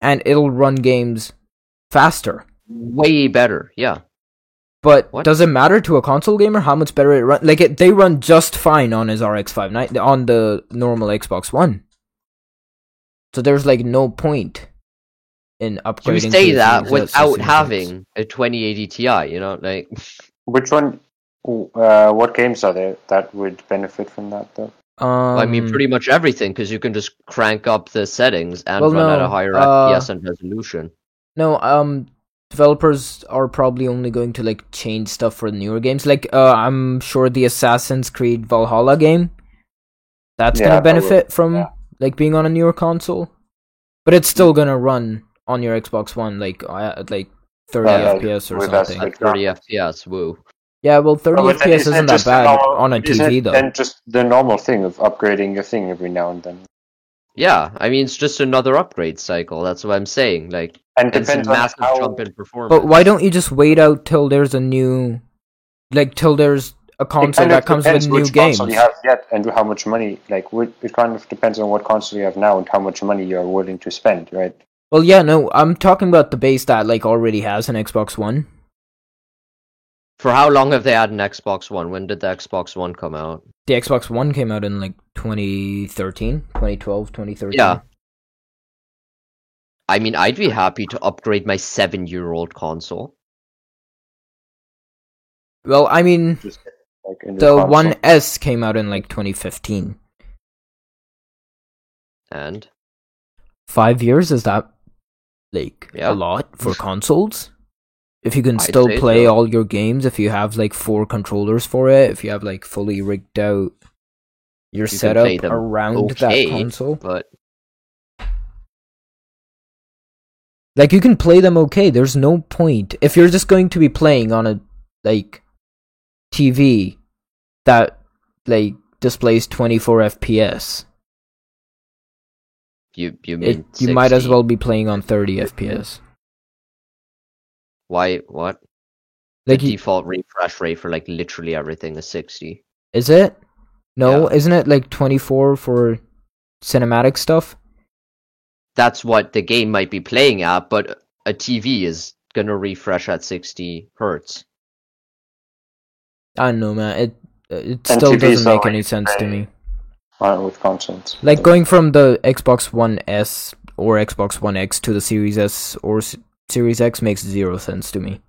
Speaker 3: and it'll run games faster.
Speaker 2: way better yeah
Speaker 3: But
Speaker 2: What?
Speaker 3: does it matter to a console gamer how much better it runs? Like it, they run just fine on his RX 590 on the normal Xbox One. So there's like no point in upgrading.
Speaker 2: you
Speaker 3: to
Speaker 2: say
Speaker 3: a
Speaker 2: that
Speaker 3: Series S or
Speaker 2: without
Speaker 3: Series X.
Speaker 2: having a 2080 ti you know like
Speaker 1: Which one? Uh, what games are there that would benefit from that though?
Speaker 3: Um,
Speaker 2: i mean pretty much everything because you can just crank up the settings and
Speaker 3: Well,
Speaker 2: run at
Speaker 3: no,
Speaker 2: a higher
Speaker 3: uh,
Speaker 2: fps and resolution
Speaker 3: No, um, developers are probably only going to like change stuff for newer games. Like, uh, I'm sure the Assassin's Creed Valhalla game, that's
Speaker 1: Yeah,
Speaker 3: gonna
Speaker 1: that will-
Speaker 3: benefit from
Speaker 1: yeah.
Speaker 3: like being on a newer console, but it's still gonna run on your Xbox One like uh, at like 30
Speaker 1: Yeah, yeah,
Speaker 3: FPS or
Speaker 1: with us,
Speaker 3: something.
Speaker 1: like-
Speaker 2: at 30 fps woo
Speaker 3: Yeah, well, 30
Speaker 1: Well, Oh, but then isn't it
Speaker 3: FPS isn't that
Speaker 1: just the
Speaker 3: bad
Speaker 1: normal-
Speaker 3: on a
Speaker 1: isn't
Speaker 3: TV
Speaker 1: it
Speaker 3: though.
Speaker 1: Then just the normal thing of upgrading your thing every now and then,
Speaker 2: Yeah, I mean it's just another upgrade cycle. That's what I'm saying. Like
Speaker 1: and
Speaker 2: it's a
Speaker 1: depends on
Speaker 2: massive
Speaker 1: how.
Speaker 2: jump in performance.
Speaker 3: But why don't you just wait out till there's a new, like till there's a
Speaker 1: it
Speaker 3: console
Speaker 1: kind of
Speaker 3: that comes with
Speaker 1: depends
Speaker 3: new
Speaker 1: which
Speaker 3: games?
Speaker 1: console you have yet, and how much money. Like whi- it kind of depends on what console you have now and how much money you are willing to spend, right?
Speaker 3: Well, yeah, no, I'm talking about the base that like already has an Xbox One.
Speaker 2: For how long have they had an Xbox One? When did the Xbox One come out?
Speaker 3: The Xbox One came out in like 2013, 2012, 2013.
Speaker 2: Yeah. I mean, I'd be happy to upgrade my seven-year-old console.
Speaker 3: Well, I mean,
Speaker 1: Just, like, in
Speaker 3: the
Speaker 1: console.
Speaker 3: One S came out in like 2015.
Speaker 2: And
Speaker 3: Five years is that like
Speaker 2: Yeah.
Speaker 3: a lot for consoles? If you can
Speaker 2: I'd
Speaker 3: still
Speaker 2: say
Speaker 3: play
Speaker 2: so.
Speaker 3: all your games, if you have like four controllers for it, if you have like fully rigged out your
Speaker 2: can play
Speaker 3: setup
Speaker 2: them
Speaker 3: around
Speaker 2: okay.
Speaker 3: that console,
Speaker 2: but
Speaker 3: like you can play them okay. There's no point if you're just going to be playing on a like TV that like displays 24 FPS.
Speaker 2: you you mean
Speaker 3: It, you might as
Speaker 2: 60.
Speaker 3: well be playing on 30 FPS.
Speaker 2: Why what?
Speaker 3: Like,
Speaker 2: the
Speaker 3: you-
Speaker 2: default refresh rate for like literally everything is sixty.
Speaker 3: is it? No, isn't it like 24 for cinematic stuff?
Speaker 2: That's what the game might be playing at, but a TV is gonna refresh at sixty hertz.
Speaker 3: I don't know, man. It it
Speaker 1: And
Speaker 3: still
Speaker 1: TV is
Speaker 3: doesn't make
Speaker 1: always
Speaker 3: any sense to
Speaker 1: great.
Speaker 3: me.
Speaker 1: Uh, with consoles.
Speaker 3: Like going from the Xbox One S or Xbox One X to the Series S or S- Series X makes zero sense to me.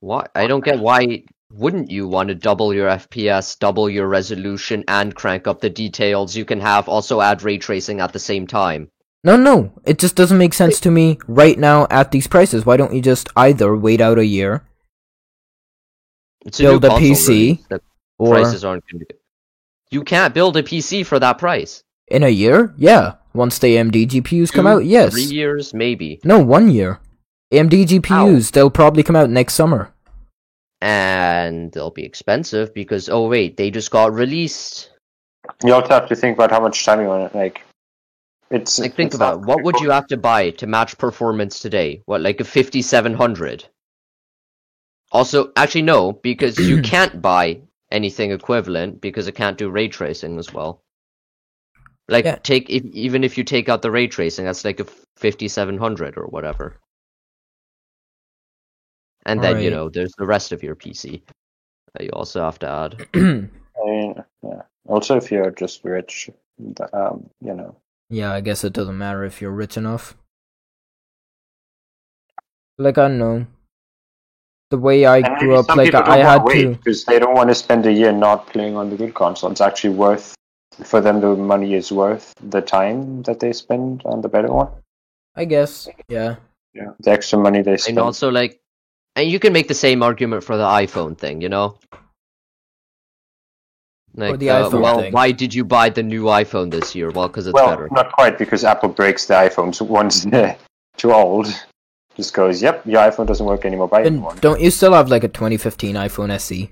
Speaker 2: Why I don't get why wouldn't you want to double your FPS, double your resolution, and crank up the details you can have, also add ray tracing at the same time.
Speaker 3: No, no, it just doesn't make sense to me right now at these prices. Why don't you just either wait out a year
Speaker 2: It's new
Speaker 3: Build a
Speaker 2: console
Speaker 3: PC,
Speaker 2: release. The
Speaker 3: or
Speaker 2: prices aren't gonna be- You can't build a PC for that price.
Speaker 3: in a year? Yeah, once the AMD GPUs come
Speaker 2: Two,
Speaker 3: out, yes.
Speaker 2: Three years, maybe.
Speaker 3: No, one year. AMD GPUs, they'll probably come out next summer.
Speaker 2: and they'll be expensive because oh wait, they just got released.
Speaker 1: You also have to think about how much time you want to like. It's
Speaker 2: Like think
Speaker 1: it's not
Speaker 2: about it. what would you have to buy to match performance today? What like a 5700? Also, actually no, because you can't buy anything equivalent because it can't do ray tracing as well. Like
Speaker 3: Yeah.
Speaker 2: take if, even if you take out the ray tracing, that's like a 5700 or whatever. And then you
Speaker 3: Alright.
Speaker 2: know, there's the rest of your PC that you also have to add.
Speaker 1: I mean, yeah. Also, if you're just rich, th- um, you know.
Speaker 3: yeah, I guess it doesn't matter if you're rich enough. Like I don't know. The way I
Speaker 1: And
Speaker 3: grew
Speaker 1: maybe
Speaker 3: up,
Speaker 1: some
Speaker 3: like
Speaker 1: people
Speaker 3: I
Speaker 1: don't
Speaker 3: had
Speaker 1: wanna wait
Speaker 3: to.
Speaker 1: because they don't want to spend a year not playing on the good console. It's actually worth for them. The money is worth the time that they spend on the better one.
Speaker 3: I guess. Yeah.
Speaker 1: Yeah, the extra money they spend.
Speaker 2: and also like and you can make the same argument for the iphone thing you know like
Speaker 3: the
Speaker 2: uh,
Speaker 3: iPhone
Speaker 2: well
Speaker 3: thing.
Speaker 2: why did you buy the new iphone this year well because it's
Speaker 1: well,
Speaker 2: better
Speaker 1: not quite because Apple breaks the iPhones once they're too old. Just goes, yep, your iPhone doesn't work anymore. Buy a new
Speaker 3: And
Speaker 1: one.
Speaker 3: don't you still have like a 2015 iPhone SE?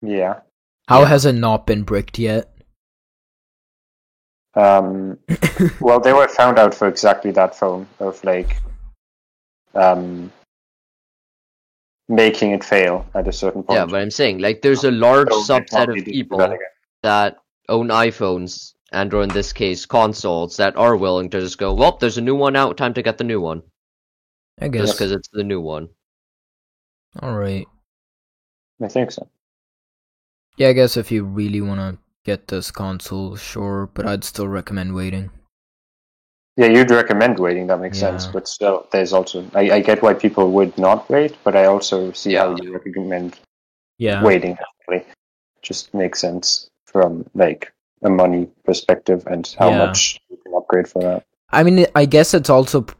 Speaker 1: Yeah.
Speaker 3: How
Speaker 2: Yeah.
Speaker 3: has it not been bricked yet?
Speaker 1: Um, well, they were found out for exactly that phone of like um, making it fail at a certain point.
Speaker 2: yeah but i'm saying like there's a large
Speaker 1: So they
Speaker 2: subset
Speaker 1: probably
Speaker 2: of
Speaker 1: did do
Speaker 2: people
Speaker 1: that again.
Speaker 2: that own iphones and or in this case consoles that are willing to just go well there's a new one out time to get the new one
Speaker 3: I
Speaker 2: just
Speaker 3: guess.
Speaker 2: because it's the new one
Speaker 3: All right.
Speaker 1: I think so.
Speaker 3: Yeah, I guess if you really want to get this console, sure, but I'd still recommend waiting.
Speaker 1: Yeah, you'd recommend waiting. That makes sense.
Speaker 3: Yeah.
Speaker 1: But still, there's also I, I get why people would not wait, but I also see how you recommend
Speaker 3: Yeah.
Speaker 1: waiting. Actually, just makes sense from like a money perspective and how
Speaker 3: Yeah.
Speaker 1: much you can upgrade for that.
Speaker 3: I mean, I guess it's also p-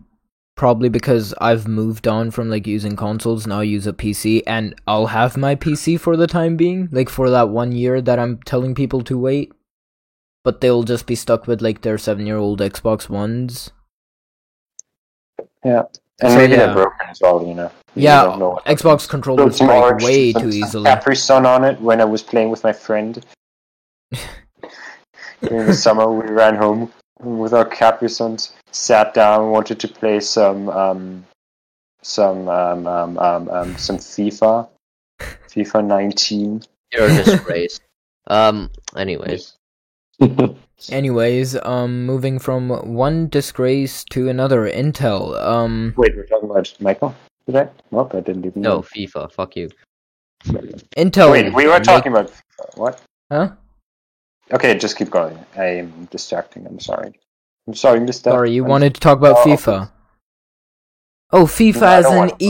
Speaker 3: probably because I've moved on from like using consoles, now I use a PC, and I'll have my PC for the time being, like for that one year that I'm telling people to wait. But they'll just be stuck with like their seven year old Xbox Ones.
Speaker 1: Yeah, and
Speaker 3: So,
Speaker 1: maybe
Speaker 3: yeah.
Speaker 1: they're broken as well. You know. You
Speaker 3: Yeah,
Speaker 1: don't know what-
Speaker 3: Xbox controllers
Speaker 1: Those
Speaker 3: break
Speaker 1: large-
Speaker 3: way too
Speaker 1: some- some
Speaker 3: easily.
Speaker 1: Capri Sun on it when I was playing with my friend. During the summer, we ran home with our Capri Suns, sat down, wanted to play some um, some um, um, um, um, some FIFA, FIFA 19.
Speaker 2: you're a disgrace um anyways
Speaker 3: Anyways, um, moving from one disgrace to another, Intel. Um,
Speaker 1: Wait, we're talking about Michael today? Nope, I didn't even
Speaker 2: no
Speaker 1: know.
Speaker 2: fifa fuck you
Speaker 3: Intel.
Speaker 1: Wait, we were
Speaker 3: make-
Speaker 1: talking about what?
Speaker 3: Huh?
Speaker 1: Okay, just keep going. I'm distracting. I'm sorry. I'm sorry, Mister.
Speaker 3: Sorry, you
Speaker 1: I'm
Speaker 3: wanted to talk about
Speaker 1: Oh.
Speaker 3: FIFA. Oh, FIFA
Speaker 1: No, I
Speaker 3: as
Speaker 1: don't
Speaker 3: in E
Speaker 1: want to-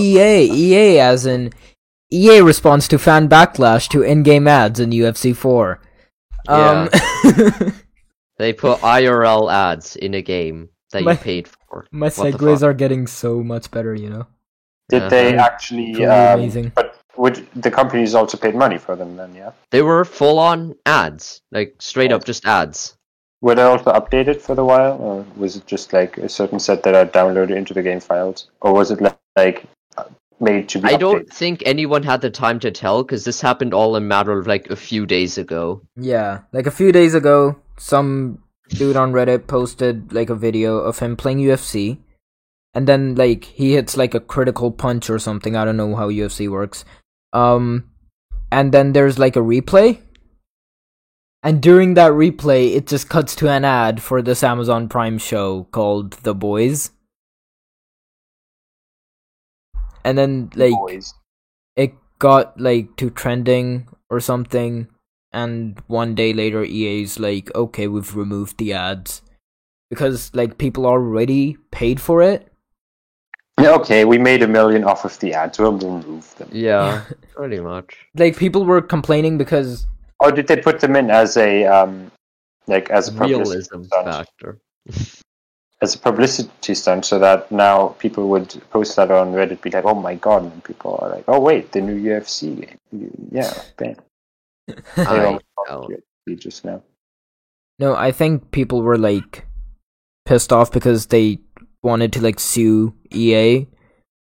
Speaker 3: EA. EA as in EA responds to fan backlash to in-game ads in UFC 4. Um,
Speaker 2: They put IRL ads in a game that
Speaker 3: My-
Speaker 2: you paid for.
Speaker 3: my
Speaker 2: What the
Speaker 3: segues
Speaker 2: fuck?
Speaker 3: are getting so much better, you know.
Speaker 1: Did
Speaker 2: Uh-huh.
Speaker 1: they
Speaker 3: Pretty
Speaker 1: actually? Um,
Speaker 3: amazing.
Speaker 1: but would the companies also paid money for them then? Yeah.
Speaker 2: They were full on ads, like straight
Speaker 1: Oh.
Speaker 2: up just ads.
Speaker 1: Were they also updated for the while, or was it just like a certain set that are downloaded into the game files, or was it like, like uh, made to be?
Speaker 2: I don't
Speaker 1: updated?
Speaker 2: think anyone had the time to tell because this happened all in a matter of like a few days ago.
Speaker 3: Yeah, like a few days ago, some dude on Reddit posted like a video of him playing UFC, and then like he hits like a critical punch or something. I don't know how UFC works. Um, and then there's like a replay, and during that replay, it just cuts to an ad for this Amazon Prime show called The Boys. And then like
Speaker 1: Boys.
Speaker 3: it got like to trending or something and one day later EA's like okay we've removed the ads because like people already paid for it
Speaker 1: Yeah, okay, we made a million off of the ads. We'll remove them.
Speaker 2: Yeah, pretty much.
Speaker 3: like people were complaining because
Speaker 1: Or did they put them in as a um, like as a publicity
Speaker 2: Realism
Speaker 1: stunt,
Speaker 2: factor.
Speaker 1: as a publicity stunt, so that now people would post that on Reddit, be like, "Oh my god!" and people are like, "Oh wait, the new UFC game." Yeah, bang. They
Speaker 2: I
Speaker 1: almost called
Speaker 2: know.
Speaker 1: it UFC just now.
Speaker 3: no I think people were like pissed off because they wanted to like sue EA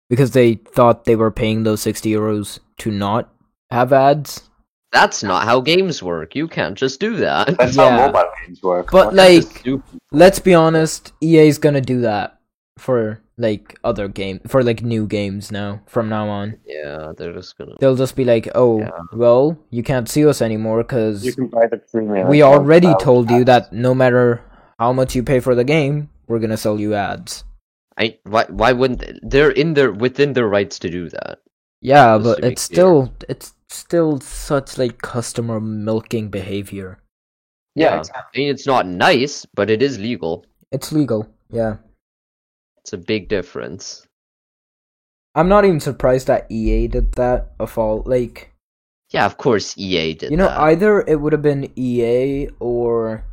Speaker 3: because they thought they were paying those 60 euros to not have ads
Speaker 2: That's not how games work. You can't just do that.
Speaker 1: That's
Speaker 3: Yeah.
Speaker 1: how mobile games work.
Speaker 3: but
Speaker 1: What is
Speaker 3: like
Speaker 1: this?
Speaker 2: Stupid.
Speaker 3: let's be honest, EA's gonna do that for like other game for like new games now from now on.
Speaker 2: Yeah, they're just gonna.
Speaker 3: They'll just be like, "Oh,
Speaker 2: Yeah.
Speaker 3: well, you can't see us anymore
Speaker 1: you
Speaker 3: cuz
Speaker 1: can buy the premium.
Speaker 3: we
Speaker 1: account
Speaker 3: already
Speaker 1: without
Speaker 3: told you
Speaker 1: ads.
Speaker 3: that no matter how much you pay for the game, we're gonna sell you ads."
Speaker 2: I why why wouldn't they? they're in their within their rights to do that?
Speaker 3: Yeah,
Speaker 2: Just to
Speaker 3: but
Speaker 2: be
Speaker 3: it's
Speaker 2: clear.
Speaker 3: still it's still such like customer milking behavior.
Speaker 1: Yeah,
Speaker 2: Yeah. I mean, it's not nice, but it is legal.
Speaker 3: It's legal. Yeah.
Speaker 2: It's a big difference.
Speaker 3: I'm not even surprised that EA did that of all like
Speaker 2: Yeah, of course EA did.
Speaker 3: You know,
Speaker 2: that.
Speaker 3: either it would have been EA or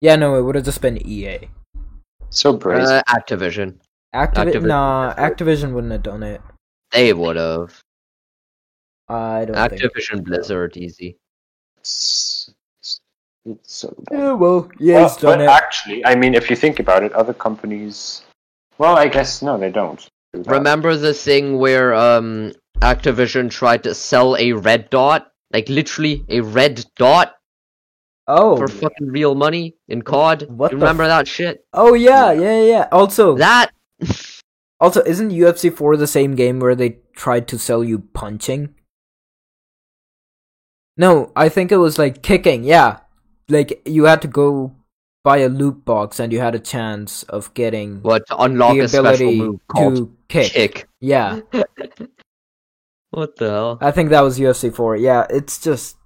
Speaker 3: yeah, no, it would have just been E EA.
Speaker 1: so brave.
Speaker 2: uh, Activision. Activision
Speaker 3: Activi- nah,
Speaker 2: would have
Speaker 3: Activision wouldn't have done it.
Speaker 2: They would have.
Speaker 3: I don't think.
Speaker 2: Activision Blizzard easy.
Speaker 1: it's, it's, it's so bad.
Speaker 3: Yeah, well,
Speaker 1: Well,
Speaker 3: EA's
Speaker 1: but
Speaker 3: done it.
Speaker 1: actually, I mean, if you think about it, other companies. Well, I guess no, they don't. do that.
Speaker 2: Remember the thing where um Activision tried to sell a red dot, like literally a red dot
Speaker 3: Oh,
Speaker 2: for fucking real money in COD.
Speaker 3: What
Speaker 2: you
Speaker 3: the
Speaker 2: remember that shit?
Speaker 3: oh yeah, yeah, yeah. Also,
Speaker 2: That
Speaker 3: also, isn't UFC 4 the same game where they tried to sell you punching? No, I think it was like kicking. Yeah, like you had to go buy a loot box and you had a chance of getting
Speaker 2: what to
Speaker 3: the
Speaker 2: unlock a special
Speaker 3: ability
Speaker 2: move called
Speaker 3: to kick.
Speaker 2: kick.
Speaker 3: Yeah,
Speaker 2: What the hell?
Speaker 3: I think that was UFC 4. Yeah, it's just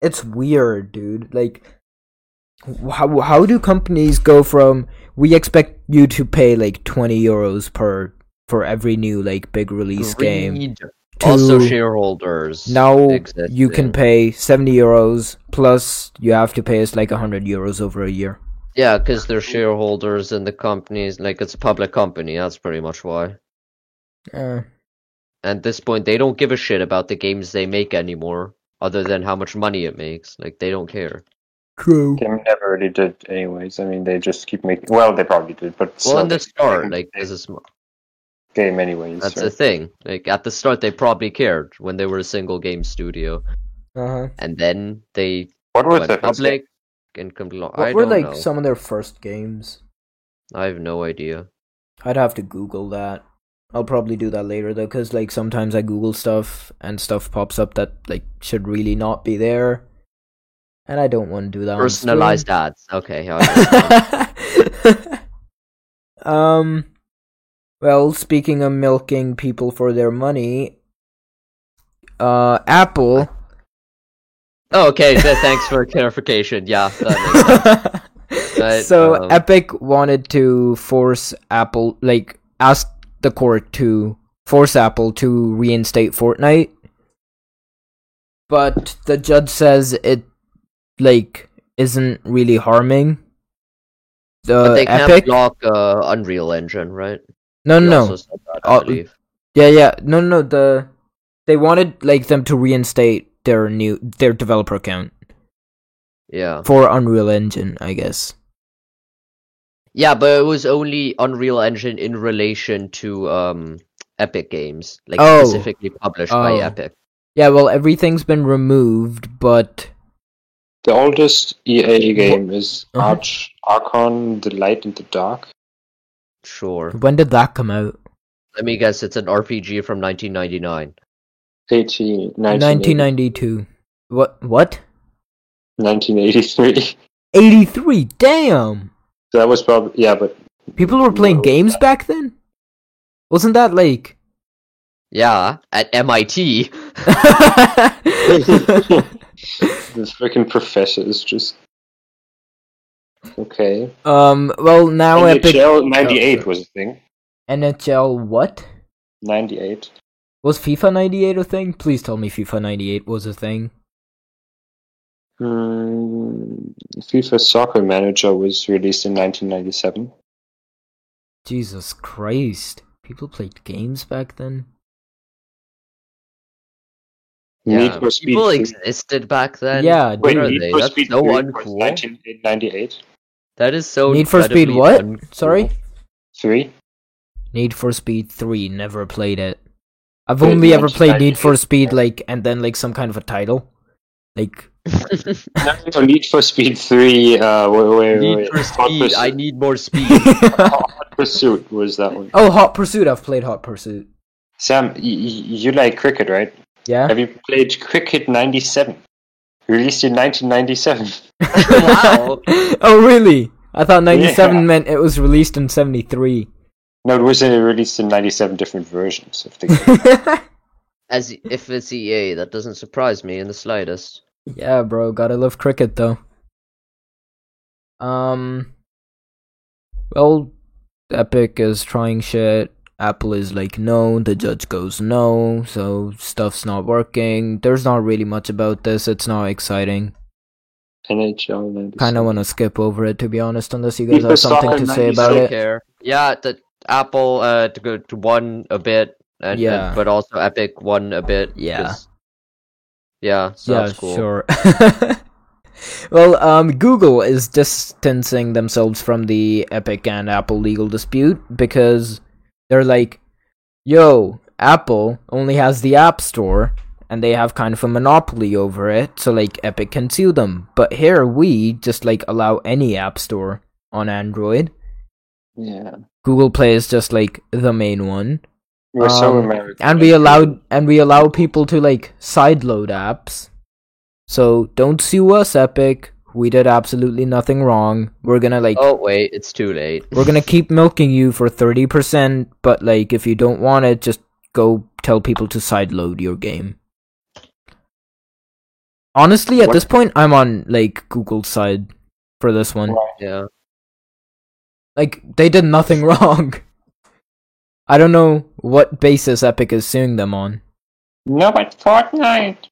Speaker 3: it's weird, dude. Like wh- how how do companies go from we expect you to pay like 20 euros per for every new like big release game
Speaker 2: Greed.
Speaker 3: to
Speaker 2: also shareholders.
Speaker 3: now
Speaker 2: existing.
Speaker 3: you can pay 70 euros plus you have to pay us like 100 euros over a year.
Speaker 2: Yeah, because they're shareholders in the companies. Like it's a public company. That's pretty much why.
Speaker 3: Uh,
Speaker 2: At this point, they don't give a shit about the games they make anymore, other than how much money it makes. Like they don't care.
Speaker 3: true.
Speaker 1: They never really did, anyways. I mean, they just keep making. Well, they probably did, but it's
Speaker 2: Well,
Speaker 1: not
Speaker 2: in the
Speaker 1: a
Speaker 2: start,
Speaker 1: big
Speaker 2: like as a sm-
Speaker 1: game, anyways.
Speaker 2: that's
Speaker 1: so-
Speaker 2: the thing. Like at the start, they probably cared when they were a single game studio,
Speaker 3: Uh-huh.
Speaker 2: and then they
Speaker 1: What was
Speaker 2: went
Speaker 1: the first game?
Speaker 2: public and compl-
Speaker 3: What
Speaker 2: I
Speaker 3: were
Speaker 2: don't
Speaker 3: like
Speaker 2: know.
Speaker 3: some of their first games?
Speaker 2: I have no idea.
Speaker 3: I'd have to Google that. I'll probably do that later though, because like sometimes I Google stuff and stuff pops up that like should really not be there, and I don't want to do that. on stream.
Speaker 2: Personalized ads. Okay. yeah, I know.
Speaker 3: um. Well, speaking of milking people for their money, uh, Apple.
Speaker 2: oh, okay. th- thanks for clarification. Yeah. That makes But,
Speaker 3: so
Speaker 2: um,
Speaker 3: Epic wanted to force Apple, like, ask the court to force Apple to reinstate Fortnite. But the judge says it like isn't really harming
Speaker 2: but
Speaker 3: the
Speaker 2: they can't
Speaker 3: Epic.
Speaker 2: block uh, Unreal Engine, right?
Speaker 3: No, no,
Speaker 2: They
Speaker 3: no.
Speaker 2: also said that, I
Speaker 3: Uh,
Speaker 2: believe.
Speaker 3: Yeah, yeah. No, no, the they wanted like them to reinstate their new their developer account
Speaker 2: Yeah,
Speaker 3: for Unreal Engine, I guess.
Speaker 2: yeah, but it was only Unreal Engine in relation to um Epic Games, like
Speaker 3: Oh.
Speaker 2: specifically published by
Speaker 3: Oh.
Speaker 2: Epic.
Speaker 3: Yeah, well, everything's been removed, but
Speaker 1: The oldest EA game is
Speaker 3: Uh-huh.
Speaker 1: Arch Archon: The Light and the Dark.
Speaker 2: Sure.
Speaker 3: when did that come out?
Speaker 2: Let me guess. It's an RPG from 1999.
Speaker 1: 18, 1980,
Speaker 3: 1992. What? What?
Speaker 1: 1983.
Speaker 3: 83. Damn.
Speaker 1: That was probably yeah, but
Speaker 3: People were playing
Speaker 1: No.
Speaker 3: games back then. Wasn't that like?
Speaker 2: Yeah, at MIT.
Speaker 1: the freaking professor is just okay.
Speaker 3: um. Well, now Epic
Speaker 2: Oh,
Speaker 1: NHL '98 was a thing.
Speaker 3: NHL. What?
Speaker 1: '98.
Speaker 3: Was FIFA 98 a thing? Please tell me FIFA 98 was a thing.
Speaker 1: Hmm, FIFA Soccer Manager was released in 1997.
Speaker 3: Jesus Christ. People played games back then?
Speaker 2: Yeah,
Speaker 1: Need for Speed.
Speaker 2: people
Speaker 1: three-
Speaker 2: existed back then.
Speaker 3: Yeah,
Speaker 2: Where
Speaker 1: Wait,
Speaker 2: are
Speaker 1: Need
Speaker 2: they?
Speaker 1: for
Speaker 2: That's
Speaker 1: Speed
Speaker 2: so
Speaker 1: 3 was
Speaker 2: uncool.
Speaker 1: 1998.
Speaker 2: That is so.
Speaker 3: Need for Speed
Speaker 2: incredibly
Speaker 3: what?
Speaker 2: uncool.
Speaker 3: Sorry?
Speaker 1: Three.
Speaker 3: Need for Speed 3. Never played it. I've
Speaker 1: Wait,
Speaker 3: only ever played
Speaker 1: 1998.
Speaker 3: Need for Speed, like, and then, like, some kind of a title. Like,
Speaker 1: No, no, Need for Speed 3. Uh, wait, wait, wait,
Speaker 2: Need
Speaker 1: wait.
Speaker 2: for
Speaker 1: Hot
Speaker 2: Speed. I
Speaker 1: Pursuit-
Speaker 2: need more speed.
Speaker 3: oh,
Speaker 1: Hot Pursuit was that one.
Speaker 3: Hot Pursuit. I've played Hot Pursuit.
Speaker 1: Sam, y- y- you like cricket, right?
Speaker 3: Yeah?
Speaker 1: Have you played Cricket 97? Released in 1997.
Speaker 2: wow.
Speaker 3: oh, really? I thought 97
Speaker 1: Yeah.
Speaker 3: meant it was released in 73.
Speaker 1: No, it was uh, released in 97 different versions of the game.
Speaker 2: As if it's EA, that doesn't surprise me in the slightest.
Speaker 3: Yeah, bro, gotta love cricket though. Um, well, Epic is trying shit. Apple is like, no. The judge goes, no. So stuff's not working. There's not really much about this. It's not exciting.
Speaker 1: NHL 97.
Speaker 3: Kind of want to skip over it to be honest, unless you
Speaker 1: Need
Speaker 3: guys
Speaker 1: for
Speaker 3: have something
Speaker 1: Soccer
Speaker 3: to say
Speaker 1: 96.
Speaker 3: about
Speaker 2: Don't
Speaker 3: it.
Speaker 2: care. Yeah, the Apple uh to go to one a bit, and, and-
Speaker 3: Yeah.
Speaker 2: but also Epic one a bit.
Speaker 3: Yeah.
Speaker 2: 'cause- Yeah. So
Speaker 3: yeah,
Speaker 2: that's cool.
Speaker 3: sure. well, um, Google is distancing themselves from the Epic and Apple legal dispute because they're like, yo, Apple only has the App Store and they have kind of a monopoly over it, so like Epic can sue them. But here we just like allow any App Store on Android.
Speaker 1: Yeah.
Speaker 3: Google Play is just like the main one
Speaker 1: We're so
Speaker 3: Um,
Speaker 1: American.
Speaker 3: and we allowed and we allow people to like sideload apps. So don't sue us, Epic. We did absolutely nothing wrong. We're gonna like
Speaker 2: Oh wait, it's too late.
Speaker 3: we're gonna keep milking you for thirty percent, but like if you don't want it, just go tell people to sideload your game. Honestly, at
Speaker 1: What-
Speaker 3: this point, I'm on like Google's side for this one.
Speaker 1: Right.
Speaker 2: Yeah.
Speaker 3: Like they did nothing wrong. I don't know what basis Epic is suing them on.
Speaker 1: No, but Fortnite.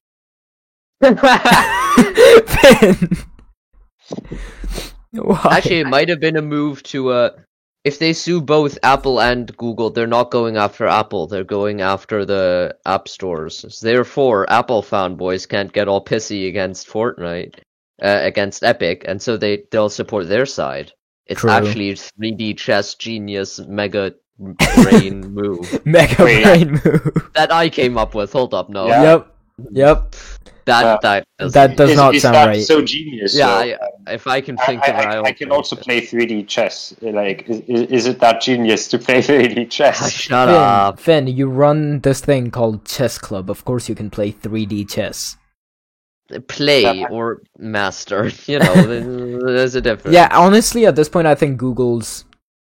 Speaker 3: Finn. Why?
Speaker 2: Actually, it might have been a move to uh, if they sue both Apple and Google, they're not going after Apple. They're going after the app stores. Therefore, Apple fanboys can't get all pissy against Fortnite, uh, against Epic, and so they they'll support their side. It's
Speaker 3: True.
Speaker 2: actually 3D chess genius mega brain move
Speaker 3: mega
Speaker 1: Wait.
Speaker 3: brain move.
Speaker 2: that I came up with. Hold up, no,
Speaker 1: Yeah.
Speaker 3: Yep, yep.
Speaker 2: that
Speaker 1: Uh,
Speaker 2: that doesn't-
Speaker 3: that does- not
Speaker 1: is
Speaker 3: sound
Speaker 1: that
Speaker 3: right.
Speaker 1: so genius.
Speaker 2: Yeah,
Speaker 1: though?
Speaker 2: I- if I can
Speaker 1: I,
Speaker 2: think
Speaker 1: I,
Speaker 2: of it,
Speaker 1: I,
Speaker 2: I'll
Speaker 1: I can
Speaker 2: do
Speaker 1: also
Speaker 2: it.
Speaker 1: play 3D chess. Like, is, is is it that genius to play 3D chess?
Speaker 2: Shut
Speaker 1: uh,
Speaker 3: Finn,
Speaker 2: up.
Speaker 3: Finn, you run this thing called Chess Club. Of course, you can play 3D chess.
Speaker 2: play or master. You know, there's- there's a difference.
Speaker 3: Yeah, honestly, at this point, I think Google's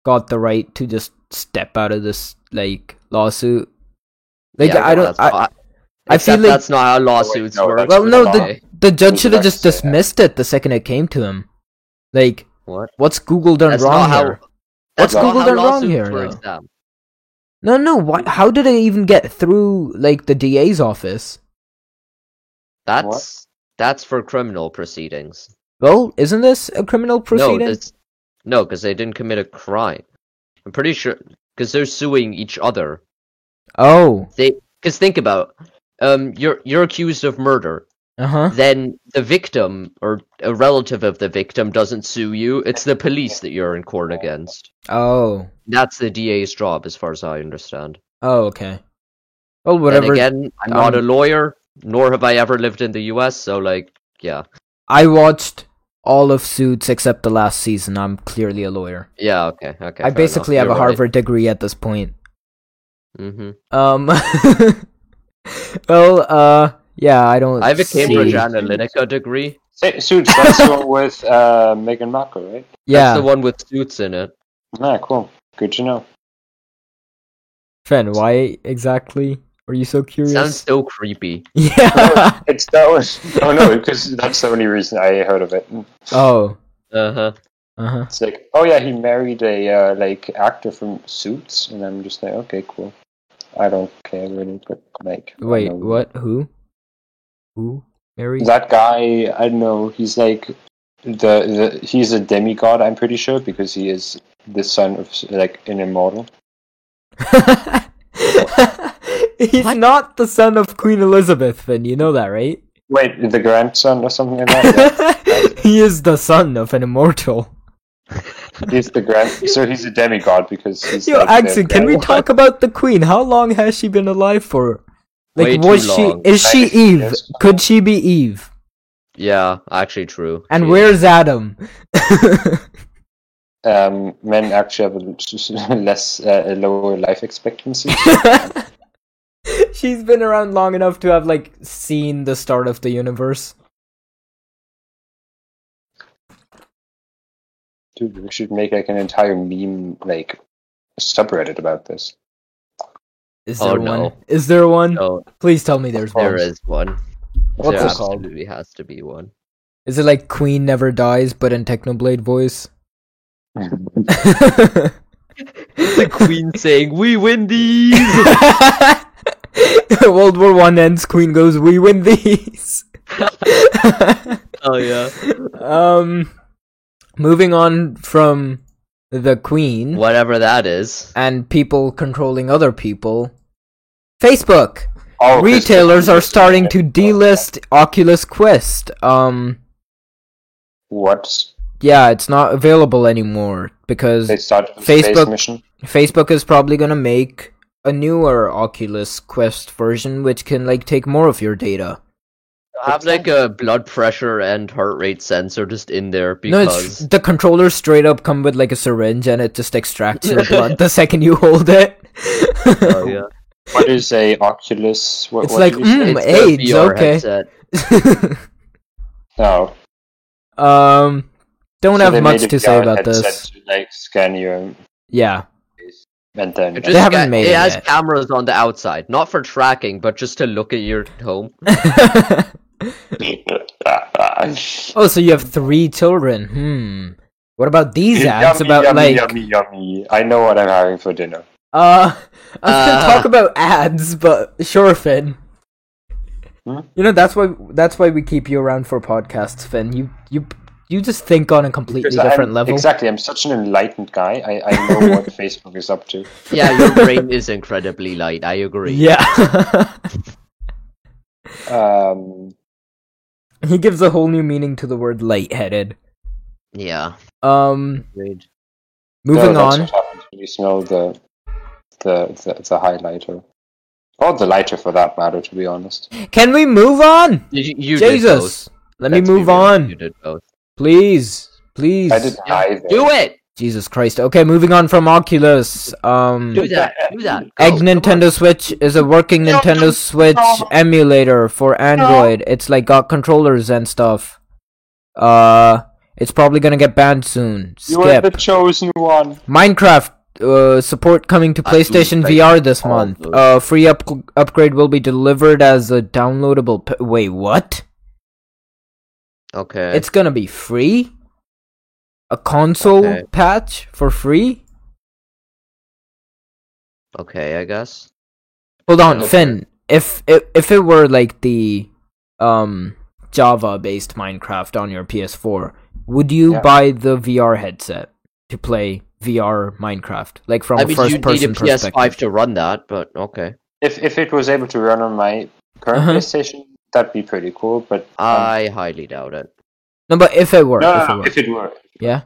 Speaker 3: got the right to just step out of this like lawsuit. Like,
Speaker 2: Yeah,
Speaker 3: I
Speaker 2: well,
Speaker 3: don't.
Speaker 2: that's
Speaker 3: I,
Speaker 2: not-
Speaker 3: I
Speaker 2: except
Speaker 3: feel like-
Speaker 2: that's not how lawsuits
Speaker 1: no,
Speaker 2: work.
Speaker 1: that's
Speaker 3: well, no, the
Speaker 1: Okay.
Speaker 3: the judge
Speaker 1: Google's
Speaker 3: should have
Speaker 1: about
Speaker 3: just
Speaker 1: to say that.
Speaker 3: dismissed it the second it came to him. Like,
Speaker 2: what?
Speaker 3: what's Google done
Speaker 2: That's
Speaker 3: wrong
Speaker 2: not how.
Speaker 3: here?
Speaker 2: That's
Speaker 3: What's
Speaker 2: not
Speaker 3: Google
Speaker 2: how
Speaker 3: done wrong
Speaker 2: lawsuits
Speaker 3: here,
Speaker 2: work,
Speaker 3: though?
Speaker 2: Sam.
Speaker 3: No, no. Why, how did it even get through like the DA's office?
Speaker 2: That's that's for criminal proceedings.
Speaker 3: Well, isn't this a criminal proceeding?
Speaker 2: No, that's, no, because they didn't commit a crime. I'm pretty sure because they're suing each other.
Speaker 3: oh,
Speaker 2: They because think about it. um you're you're accused of murder.
Speaker 3: uh huh.
Speaker 2: Then the victim or a relative of the victim doesn't sue you. It's the police that you're in court against.
Speaker 3: Oh,
Speaker 2: That's the DA's job, as far as I understand.
Speaker 3: oh, okay. Well,
Speaker 2: But
Speaker 3: whatever.
Speaker 2: again, I'm not a
Speaker 3: um,
Speaker 2: lawyer, nor have I ever lived in the U.S. So like, yeah,
Speaker 3: I watched all of Suits except the last season. I'm clearly a lawyer.
Speaker 2: yeah, okay, okay. fair
Speaker 3: I
Speaker 2: enough.
Speaker 3: basically have
Speaker 2: You're
Speaker 3: a
Speaker 2: right.
Speaker 3: Harvard degree at this point.
Speaker 2: Mhm.
Speaker 3: Um. well, uh, yeah, I don't.
Speaker 2: I have a
Speaker 3: see-
Speaker 2: Cambridge Analytica degree.
Speaker 1: Say, Suits, that's the one with uh, Meghan Markle, right?
Speaker 3: Yeah,
Speaker 2: That's the one with suits in it.
Speaker 1: Ah, cool. Good to know.
Speaker 3: Fen, why exactly are you so curious?
Speaker 2: Sounds so creepy.
Speaker 3: Yeah.
Speaker 1: It's that was. Oh no, because that's the only reason I heard of it.
Speaker 3: oh.
Speaker 2: Uh huh.
Speaker 3: Uh huh.
Speaker 1: It's like, oh yeah, he married a uh, like actor from Suits, and I'm just like, okay, cool. I don't care really, but like, I
Speaker 3: Wait,
Speaker 1: know.
Speaker 3: what? Who? Who? Mary?
Speaker 1: That guy, I don't know. He's like the, the he's a demigod. I'm pretty sure because he is the son of like an immortal.
Speaker 3: He's not the son of Queen Elizabeth, Finn. You know that, right?
Speaker 1: Wait, the grandson or something like that. Yeah.
Speaker 3: he is the son of an immortal.
Speaker 1: he's the grand. So he's a demigod because he's.
Speaker 3: Yo,
Speaker 1: like, the
Speaker 3: Axon, can we
Speaker 1: grand-
Speaker 3: talk about the Queen? How long has she been alive for? Like,
Speaker 2: Way
Speaker 3: was
Speaker 2: too
Speaker 3: she?
Speaker 2: long.
Speaker 3: Is she
Speaker 1: Like,
Speaker 3: Eve?
Speaker 1: yes.
Speaker 3: Could she be Eve?
Speaker 2: Yeah, actually true.
Speaker 3: And
Speaker 2: She-
Speaker 3: where's Adam?
Speaker 1: Um, men actually have a l- less uh, a lower life expectancy.
Speaker 3: She's been around long enough to have like seen the start of the universe.
Speaker 1: Dude, we should make like an entire meme like subreddit about this.
Speaker 3: Is
Speaker 2: Oh,
Speaker 3: there one?
Speaker 2: no.
Speaker 3: Is there one?
Speaker 2: No,
Speaker 3: Please tell me there's
Speaker 2: there
Speaker 3: one.
Speaker 2: is one.
Speaker 3: What's
Speaker 2: there
Speaker 3: it
Speaker 2: has to
Speaker 3: called?
Speaker 2: be- has to be one.
Speaker 3: Is it like Queen Never Dies but in Technoblade voice?
Speaker 2: The queen saying, "We win these."
Speaker 3: World War One ends, Queen goes, We win these.
Speaker 2: oh yeah.
Speaker 3: um moving on from the Queen
Speaker 2: Whatever that is.
Speaker 3: and people controlling other people. Facebook!
Speaker 1: Oh, 'cause
Speaker 3: Retailers
Speaker 1: the-
Speaker 3: are starting to delist Oculus Quest. Um
Speaker 1: What
Speaker 3: yeah, it's not available anymore because
Speaker 1: they started the
Speaker 3: Facebook-
Speaker 1: space mission.
Speaker 3: Facebook is probably gonna make a newer Oculus Quest version, which can like take more of your data.
Speaker 2: Have like a blood pressure and heart rate sensor just in there
Speaker 3: No, it's
Speaker 2: because
Speaker 3: the controllers straight up come with like a syringe, and it just extracts your blood the second you hold it.
Speaker 2: oh yeah,
Speaker 1: What is a Oculus? What,
Speaker 3: It's
Speaker 1: what
Speaker 3: like,
Speaker 1: did you say?
Speaker 3: mm.
Speaker 2: it's the
Speaker 3: AIDS,
Speaker 2: VR
Speaker 3: okay.
Speaker 2: headset.
Speaker 1: No,
Speaker 3: um, don't
Speaker 1: Oh, So they
Speaker 3: have much
Speaker 1: made a
Speaker 3: to say
Speaker 1: VR
Speaker 3: about
Speaker 1: headset
Speaker 3: this.
Speaker 1: To, like scan your
Speaker 3: Yeah,
Speaker 1: and then
Speaker 2: It just
Speaker 3: haven't
Speaker 2: ca-
Speaker 3: made
Speaker 2: it
Speaker 3: it
Speaker 2: has
Speaker 3: yet.
Speaker 2: cameras on the outside, not for tracking, but just to look at your home.
Speaker 3: oh, so you have three children. Hmm. What about these ads
Speaker 1: yummy,
Speaker 3: about
Speaker 1: yummy,
Speaker 3: like?
Speaker 1: yummy, yummy. I know what I'm having for dinner.
Speaker 3: Uh, I was gonna
Speaker 2: Uh.
Speaker 3: talk about ads, but sure, Finn.
Speaker 1: Hmm?
Speaker 3: You know that's why that's why we keep you around for podcasts, Finn. You you you just think on a completely
Speaker 1: Because
Speaker 3: different
Speaker 1: I'm-
Speaker 3: level.
Speaker 1: Exactly. I'm such an enlightened guy. I, I know what Facebook is up to.
Speaker 2: Yeah, your brain is incredibly light. I agree.
Speaker 3: Yeah,
Speaker 1: Um,
Speaker 3: he gives a whole new meaning to the word lightheaded.
Speaker 2: Yeah.
Speaker 3: Um,
Speaker 2: Agreed.
Speaker 3: moving
Speaker 1: no,
Speaker 3: on.
Speaker 1: That's what happened. You smell the, the the the highlighter, or the lighter for that matter. To be honest,
Speaker 3: Can we move on?
Speaker 2: You, you Did both.
Speaker 3: Jesus, let me
Speaker 2: Let's be
Speaker 3: move
Speaker 2: real,
Speaker 3: on,
Speaker 2: You did both.
Speaker 3: please, please.
Speaker 1: I didn't either.
Speaker 2: Do it.
Speaker 3: Jesus Christ. Okay, moving on from Oculus. Um,
Speaker 2: Do that. Do that. Go,
Speaker 3: Egg
Speaker 2: come on.
Speaker 3: Nintendo Switch is a working
Speaker 1: No,
Speaker 3: Nintendo
Speaker 1: no,
Speaker 3: Switch
Speaker 1: no.
Speaker 3: emulator for Android. It's like got controllers and stuff. Uh, it's probably gonna get banned soon.
Speaker 1: You were the
Speaker 3: Skip.
Speaker 1: chosen one.
Speaker 3: Minecraft uh, support coming to
Speaker 2: I do
Speaker 3: PlayStation
Speaker 2: like
Speaker 3: VR this
Speaker 2: all
Speaker 3: month.
Speaker 2: those.
Speaker 3: Uh, free up- upgrade will be delivered as a downloadable. P- Wait, what?
Speaker 2: Okay.
Speaker 3: It's gonna be free? A console
Speaker 2: Okay.
Speaker 3: patch for free?
Speaker 2: Okay, I guess.
Speaker 3: Hold on,
Speaker 2: Okay.
Speaker 3: Finn. If, if if it were like the um Java based Minecraft on your PS4, would you
Speaker 1: Yeah.
Speaker 3: buy the VR headset to play VR Minecraft? Like from
Speaker 2: I
Speaker 3: a
Speaker 2: mean,
Speaker 3: first
Speaker 2: you'd need a
Speaker 3: person perspective.
Speaker 2: PS5 to run that, but okay.
Speaker 1: If if it was able to run on my current
Speaker 3: Uh-huh.
Speaker 1: PlayStation, that'd be pretty cool. But um,
Speaker 2: I highly doubt it.
Speaker 3: No, but if it were,
Speaker 1: no,
Speaker 3: if
Speaker 1: no,
Speaker 3: it
Speaker 1: no,
Speaker 3: were.
Speaker 1: if it were,
Speaker 3: yeah.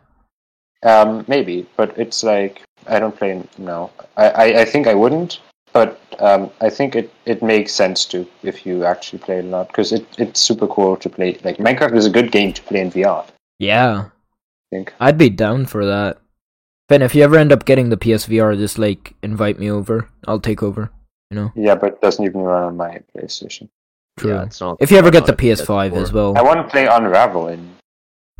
Speaker 1: um, maybe. But it's like I don't play now. I, I, I think I wouldn't. But um, I think it, it makes sense to if you actually play it a lot because it, it's super cool to play. Like Minecraft is a good game to play in VR. I
Speaker 3: Yeah.
Speaker 1: think.
Speaker 3: I'd be down for that. Finn, if you ever end up getting the PSVR, just like invite me over. I'll take over. You know.
Speaker 1: Yeah, but it doesn't even run on my PlayStation.
Speaker 3: True.
Speaker 2: Yeah, it's not.
Speaker 3: if you ever
Speaker 2: I'm
Speaker 3: get
Speaker 2: not
Speaker 3: the
Speaker 2: a big
Speaker 3: PS5 as
Speaker 2: PS4.
Speaker 3: well,
Speaker 1: I want to play Unravel in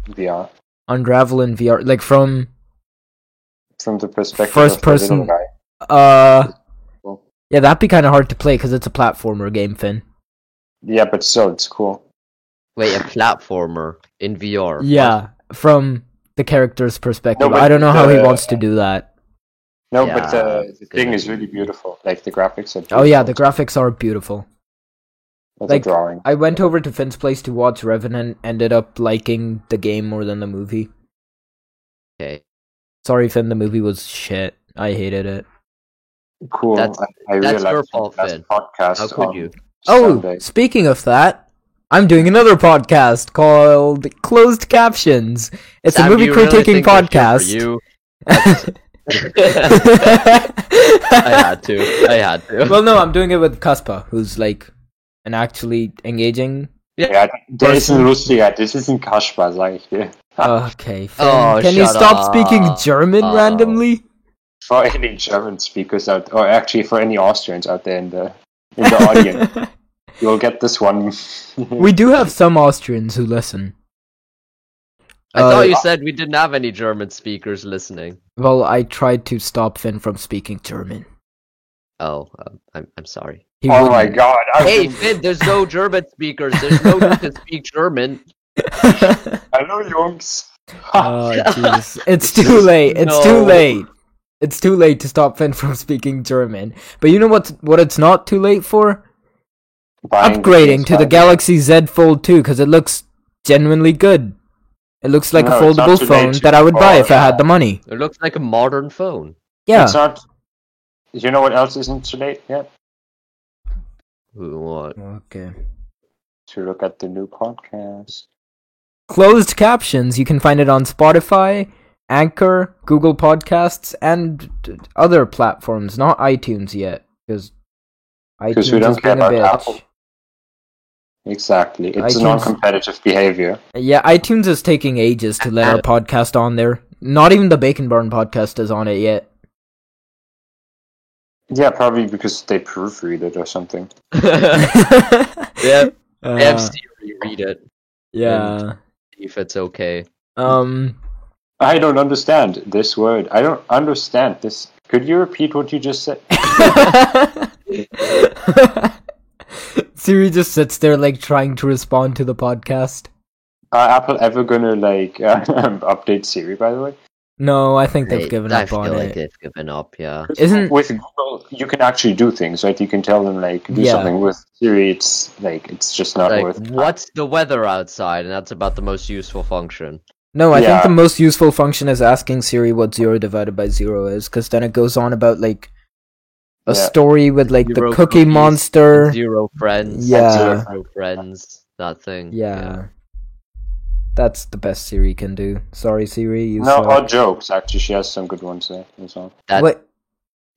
Speaker 1: uh, VR
Speaker 3: Unravel in VR, like from
Speaker 1: from the perspective
Speaker 3: First
Speaker 1: of the little
Speaker 3: person-
Speaker 1: guy.
Speaker 3: uh,
Speaker 1: Cool.
Speaker 3: yeah, that'd be kind of hard to play because it's a platformer game, Finn.
Speaker 1: Yeah, but still, it's cool.
Speaker 2: Wait, a platformer in VR.
Speaker 3: Yeah, from the character's perspective.
Speaker 1: No, but
Speaker 3: I don't know how he
Speaker 1: the-
Speaker 3: wants to do that.
Speaker 1: No,
Speaker 2: Yeah,
Speaker 1: but the, the
Speaker 2: good.
Speaker 1: thing is really beautiful. Like the graphics are.
Speaker 3: Oh yeah, the
Speaker 1: beautiful.
Speaker 3: graphics are beautiful.
Speaker 1: It's a
Speaker 3: like-
Speaker 1: drawing.
Speaker 3: I went over to Finn's place to watch Revenant. Ended up liking the game more than the movie.
Speaker 2: Okay.
Speaker 3: Sorry, Finn, the movie was shit. I hated it.
Speaker 1: Cool.
Speaker 2: That's-
Speaker 1: I, I
Speaker 2: that's
Speaker 1: realized
Speaker 2: your fault,
Speaker 1: last
Speaker 2: Finn.
Speaker 1: Podcast
Speaker 2: How could
Speaker 1: on
Speaker 2: you?
Speaker 3: Oh,
Speaker 1: Sunday.
Speaker 3: speaking of that, I'm doing another podcast called Closed Captions. It's
Speaker 2: Sam,
Speaker 3: a movie
Speaker 2: do you really
Speaker 3: critiquing
Speaker 2: think we're here for
Speaker 3: podcast.
Speaker 2: You? I had to. I had to.
Speaker 3: well, no, I'm doing it with Kaspa, who's like an actually engaging.
Speaker 1: Ja, der ist ein lustiger. Das ist ein Kaspar, sag ich dir.
Speaker 3: Okay, Finn,
Speaker 2: Oh,
Speaker 3: can you
Speaker 2: shut
Speaker 3: stop speaking
Speaker 2: up.
Speaker 3: German
Speaker 2: Oh.
Speaker 3: randomly?
Speaker 1: For any German speakers out, or actually for any Austrians out there in the in the audience, you'll get this one.
Speaker 3: we do have some Austrians who listen.
Speaker 2: I
Speaker 3: Uh,
Speaker 2: thought you said we didn't have any German speakers listening.
Speaker 3: Well, I tried to stop Finn from speaking German.
Speaker 2: Oh, um, I'm I'm sorry.
Speaker 3: He
Speaker 1: oh my
Speaker 3: wouldn't.
Speaker 1: God! I
Speaker 2: Hey,
Speaker 1: don't-
Speaker 2: Finn, there's no German speakers. There's no one to speak German.
Speaker 1: Hallo Jungs.
Speaker 3: Oh jeez. It's too late. It's too
Speaker 2: No.
Speaker 3: late. It's too late to stop Finn from speaking German. But you know what what it's not too late for?
Speaker 1: Buying
Speaker 3: Upgrading to the
Speaker 1: PS5.
Speaker 3: Galaxy Z Fold 2 cuz it looks genuinely good. It looks like
Speaker 1: No,
Speaker 3: a
Speaker 1: it's not
Speaker 3: foldable
Speaker 1: too late
Speaker 3: phone
Speaker 1: to-
Speaker 3: that I would buy if I
Speaker 1: oh,
Speaker 3: had the money.
Speaker 2: It looks like a modern phone.
Speaker 3: Yeah.
Speaker 1: It's not. You know what else isn't too late yet?
Speaker 2: What?
Speaker 3: Okay.
Speaker 1: To look at the new podcast.
Speaker 3: Closed captions, you can find it on Spotify, Anchor, Google Podcasts and d- other platforms, not iTunes yet cuz iTunes
Speaker 1: we don't
Speaker 3: is
Speaker 1: care
Speaker 3: being a
Speaker 1: about
Speaker 3: bitch.
Speaker 1: Apple. Exactly.
Speaker 3: I
Speaker 1: It's
Speaker 3: can-
Speaker 1: non-competitive behavior.
Speaker 3: Yeah, iTunes is taking ages to let our podcast on there. Not even the Bacon Burn podcast is on it yet.
Speaker 1: Yeah, probably because they proofread it or something.
Speaker 2: yeah, they have
Speaker 3: Uh,
Speaker 2: Siri read it
Speaker 3: yeah.
Speaker 2: see if it's okay.
Speaker 3: Um.
Speaker 1: I don't understand this word. I don't understand this. Could you repeat what you just said?
Speaker 3: Siri just sits there like trying to respond to the podcast.
Speaker 1: Are Apple ever gonna like uh, update Siri? By the way,
Speaker 3: No, I think
Speaker 2: I-
Speaker 3: they've given
Speaker 2: I
Speaker 3: up
Speaker 2: feel
Speaker 3: on
Speaker 2: like
Speaker 3: it.
Speaker 2: they've given up. Yeah.
Speaker 3: Isn't
Speaker 1: with Google you can actually do things, right? You can tell them like do
Speaker 3: Yeah.
Speaker 1: something. With Siri, it's like it's just not
Speaker 2: Like,
Speaker 1: worth.
Speaker 2: what's the weather outside? And that's about the most useful function.
Speaker 3: no? I think
Speaker 1: Yeah.
Speaker 3: the most useful function is asking Siri what zero divided by zero is, because then it goes on about like a
Speaker 1: Yeah.
Speaker 3: story with like
Speaker 2: Zero
Speaker 3: the Cookie
Speaker 2: cookies,
Speaker 3: Monster.
Speaker 2: Zero friends.
Speaker 3: Yeah.
Speaker 1: Zero
Speaker 2: Zero friends. That thing.
Speaker 3: Yeah. That's the best Siri can do. Sorry, Siri. You
Speaker 1: No,
Speaker 3: suck.
Speaker 1: or jokes. Actually, she has some good ones there as well.
Speaker 2: That,
Speaker 3: Wait,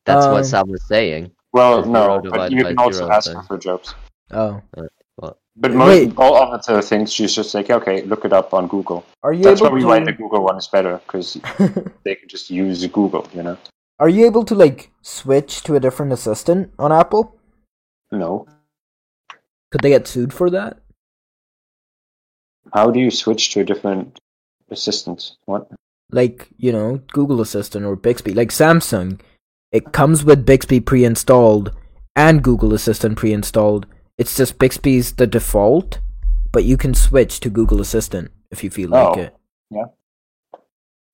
Speaker 2: that's
Speaker 3: um,
Speaker 2: what Sam was saying.
Speaker 1: Well,
Speaker 2: Zero
Speaker 1: no, but
Speaker 2: divided
Speaker 1: you
Speaker 2: by
Speaker 1: can also
Speaker 2: zero,
Speaker 1: ask
Speaker 2: so-
Speaker 1: her for jokes.
Speaker 3: oh.
Speaker 1: But
Speaker 3: Wait.
Speaker 1: most, all other things, she's just like, okay, look it up on Google.
Speaker 3: Are you
Speaker 1: That's
Speaker 3: able
Speaker 1: probably why the
Speaker 3: to?
Speaker 1: Google one is better because they can just use Google. You know?
Speaker 3: Are you able to like switch to a different assistant on Apple?
Speaker 1: No.
Speaker 3: Could they get sued for that?
Speaker 1: How do you switch to a different assistant? What?
Speaker 3: Like you know, Google Assistant or Bixby, like Samsung, it comes with Bixby pre-installed and Google Assistant pre-installed. It's just Bixby's the default, but you can switch to Google Assistant if you feel like
Speaker 1: Oh.
Speaker 3: it.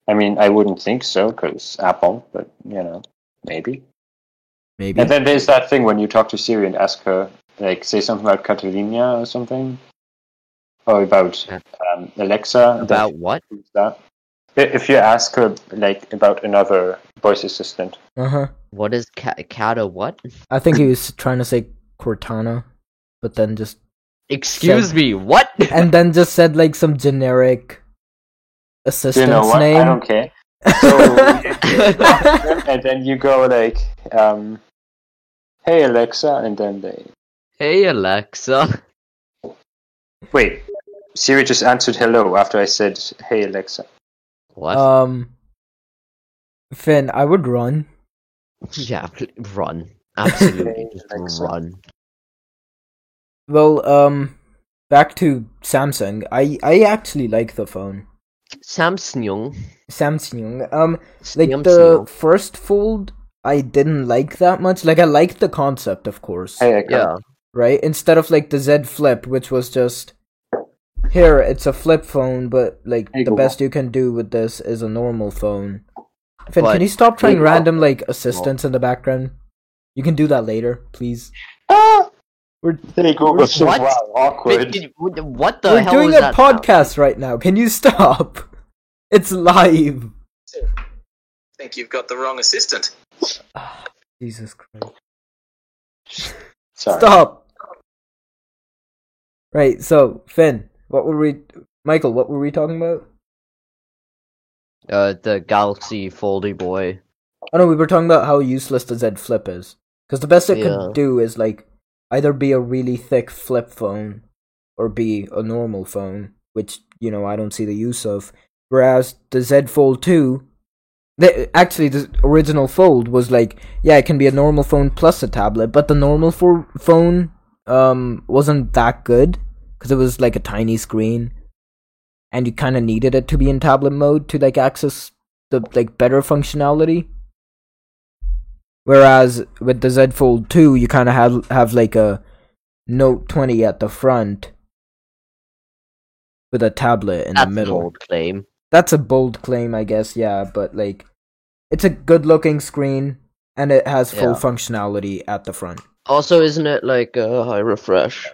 Speaker 1: I mean, I wouldn't think so because Apple, but you know, maybe.
Speaker 3: Maybe.
Speaker 1: And then there's that thing when you talk to Siri and ask her, like, say something about Catalina or something, or about
Speaker 2: Yeah.
Speaker 1: um, Alexa. then
Speaker 2: About what?
Speaker 1: she does that. I- If you ask her, like, about another voice assistant,
Speaker 3: Uh huh.
Speaker 2: What is ca- Cata what?
Speaker 3: I think he was trying to say Cortana, but then just
Speaker 2: Excuse
Speaker 3: Said-
Speaker 2: me, what?
Speaker 3: and then just said like some
Speaker 1: you
Speaker 3: generic assistant's
Speaker 1: know what?
Speaker 3: name.
Speaker 1: I don't care. So and then you go like, um, "Hey Alexa," and then they
Speaker 2: hey Alexa.
Speaker 1: wait. Siri just answered hello after I said, "Hey Alexa."
Speaker 2: What?
Speaker 3: um, Finn, I would run.
Speaker 2: yeah, pl- run. Absolutely,
Speaker 1: Hey,
Speaker 2: just
Speaker 1: Alexa.
Speaker 2: run.
Speaker 3: Well, um, back to Samsung. I I actually like the phone.
Speaker 2: Samsung.
Speaker 3: Samsung. Um, like the
Speaker 2: Samsung.
Speaker 3: first fold, I didn't like that much. Like I liked the concept, of course.
Speaker 1: Hey, Alexa.
Speaker 2: Yeah.
Speaker 3: right? Instead of like the Z Flip, which was just here, it's a flip phone, but like
Speaker 1: Hey,
Speaker 3: the
Speaker 1: Google.
Speaker 3: best you can do with this is a normal phone. Finn,
Speaker 2: But-
Speaker 3: can you stop trying
Speaker 1: Google.
Speaker 3: random like assistants in the background? You can do that later, please.
Speaker 1: Ah!
Speaker 3: We're
Speaker 1: Hey Google.
Speaker 2: What?
Speaker 1: Wow, awkward.
Speaker 2: Wait, did- What the
Speaker 3: we're
Speaker 2: hell
Speaker 3: doing
Speaker 2: was
Speaker 3: a
Speaker 2: that? sound?
Speaker 3: podcast right now. Can you stop? It's live.
Speaker 4: think you've got the wrong assistant.
Speaker 3: Ah, Jesus Christ.
Speaker 1: Sorry.
Speaker 3: Stop. Right, so Finn, what were we Michael, what were we talking about?
Speaker 2: Uh, the Galaxy Foldy Boy.
Speaker 3: Oh no, we were talking about how useless the Z Flip is. Because the best it
Speaker 2: Yeah.
Speaker 3: could do is like either be a really thick flip phone or be a normal phone, which you know I don't see the use of. Whereas the Z Fold two, the, actually the original Fold was like yeah, it can be a normal phone plus a tablet, but the normal for phone um wasn't that good because it was like a tiny screen, and you kind of needed it to be in tablet mode to like access the like better functionality. Whereas with the Z Fold 2, you kind of have have like a Note 20 at the front with a tablet in
Speaker 2: That's
Speaker 3: the
Speaker 2: an
Speaker 3: middle.
Speaker 2: old claim.
Speaker 3: That's a bold claim, I guess. Yeah, but like, it's a good-looking screen and it has full
Speaker 2: Yeah.
Speaker 3: functionality at the front.
Speaker 2: Also, isn't it like uh, high refresh?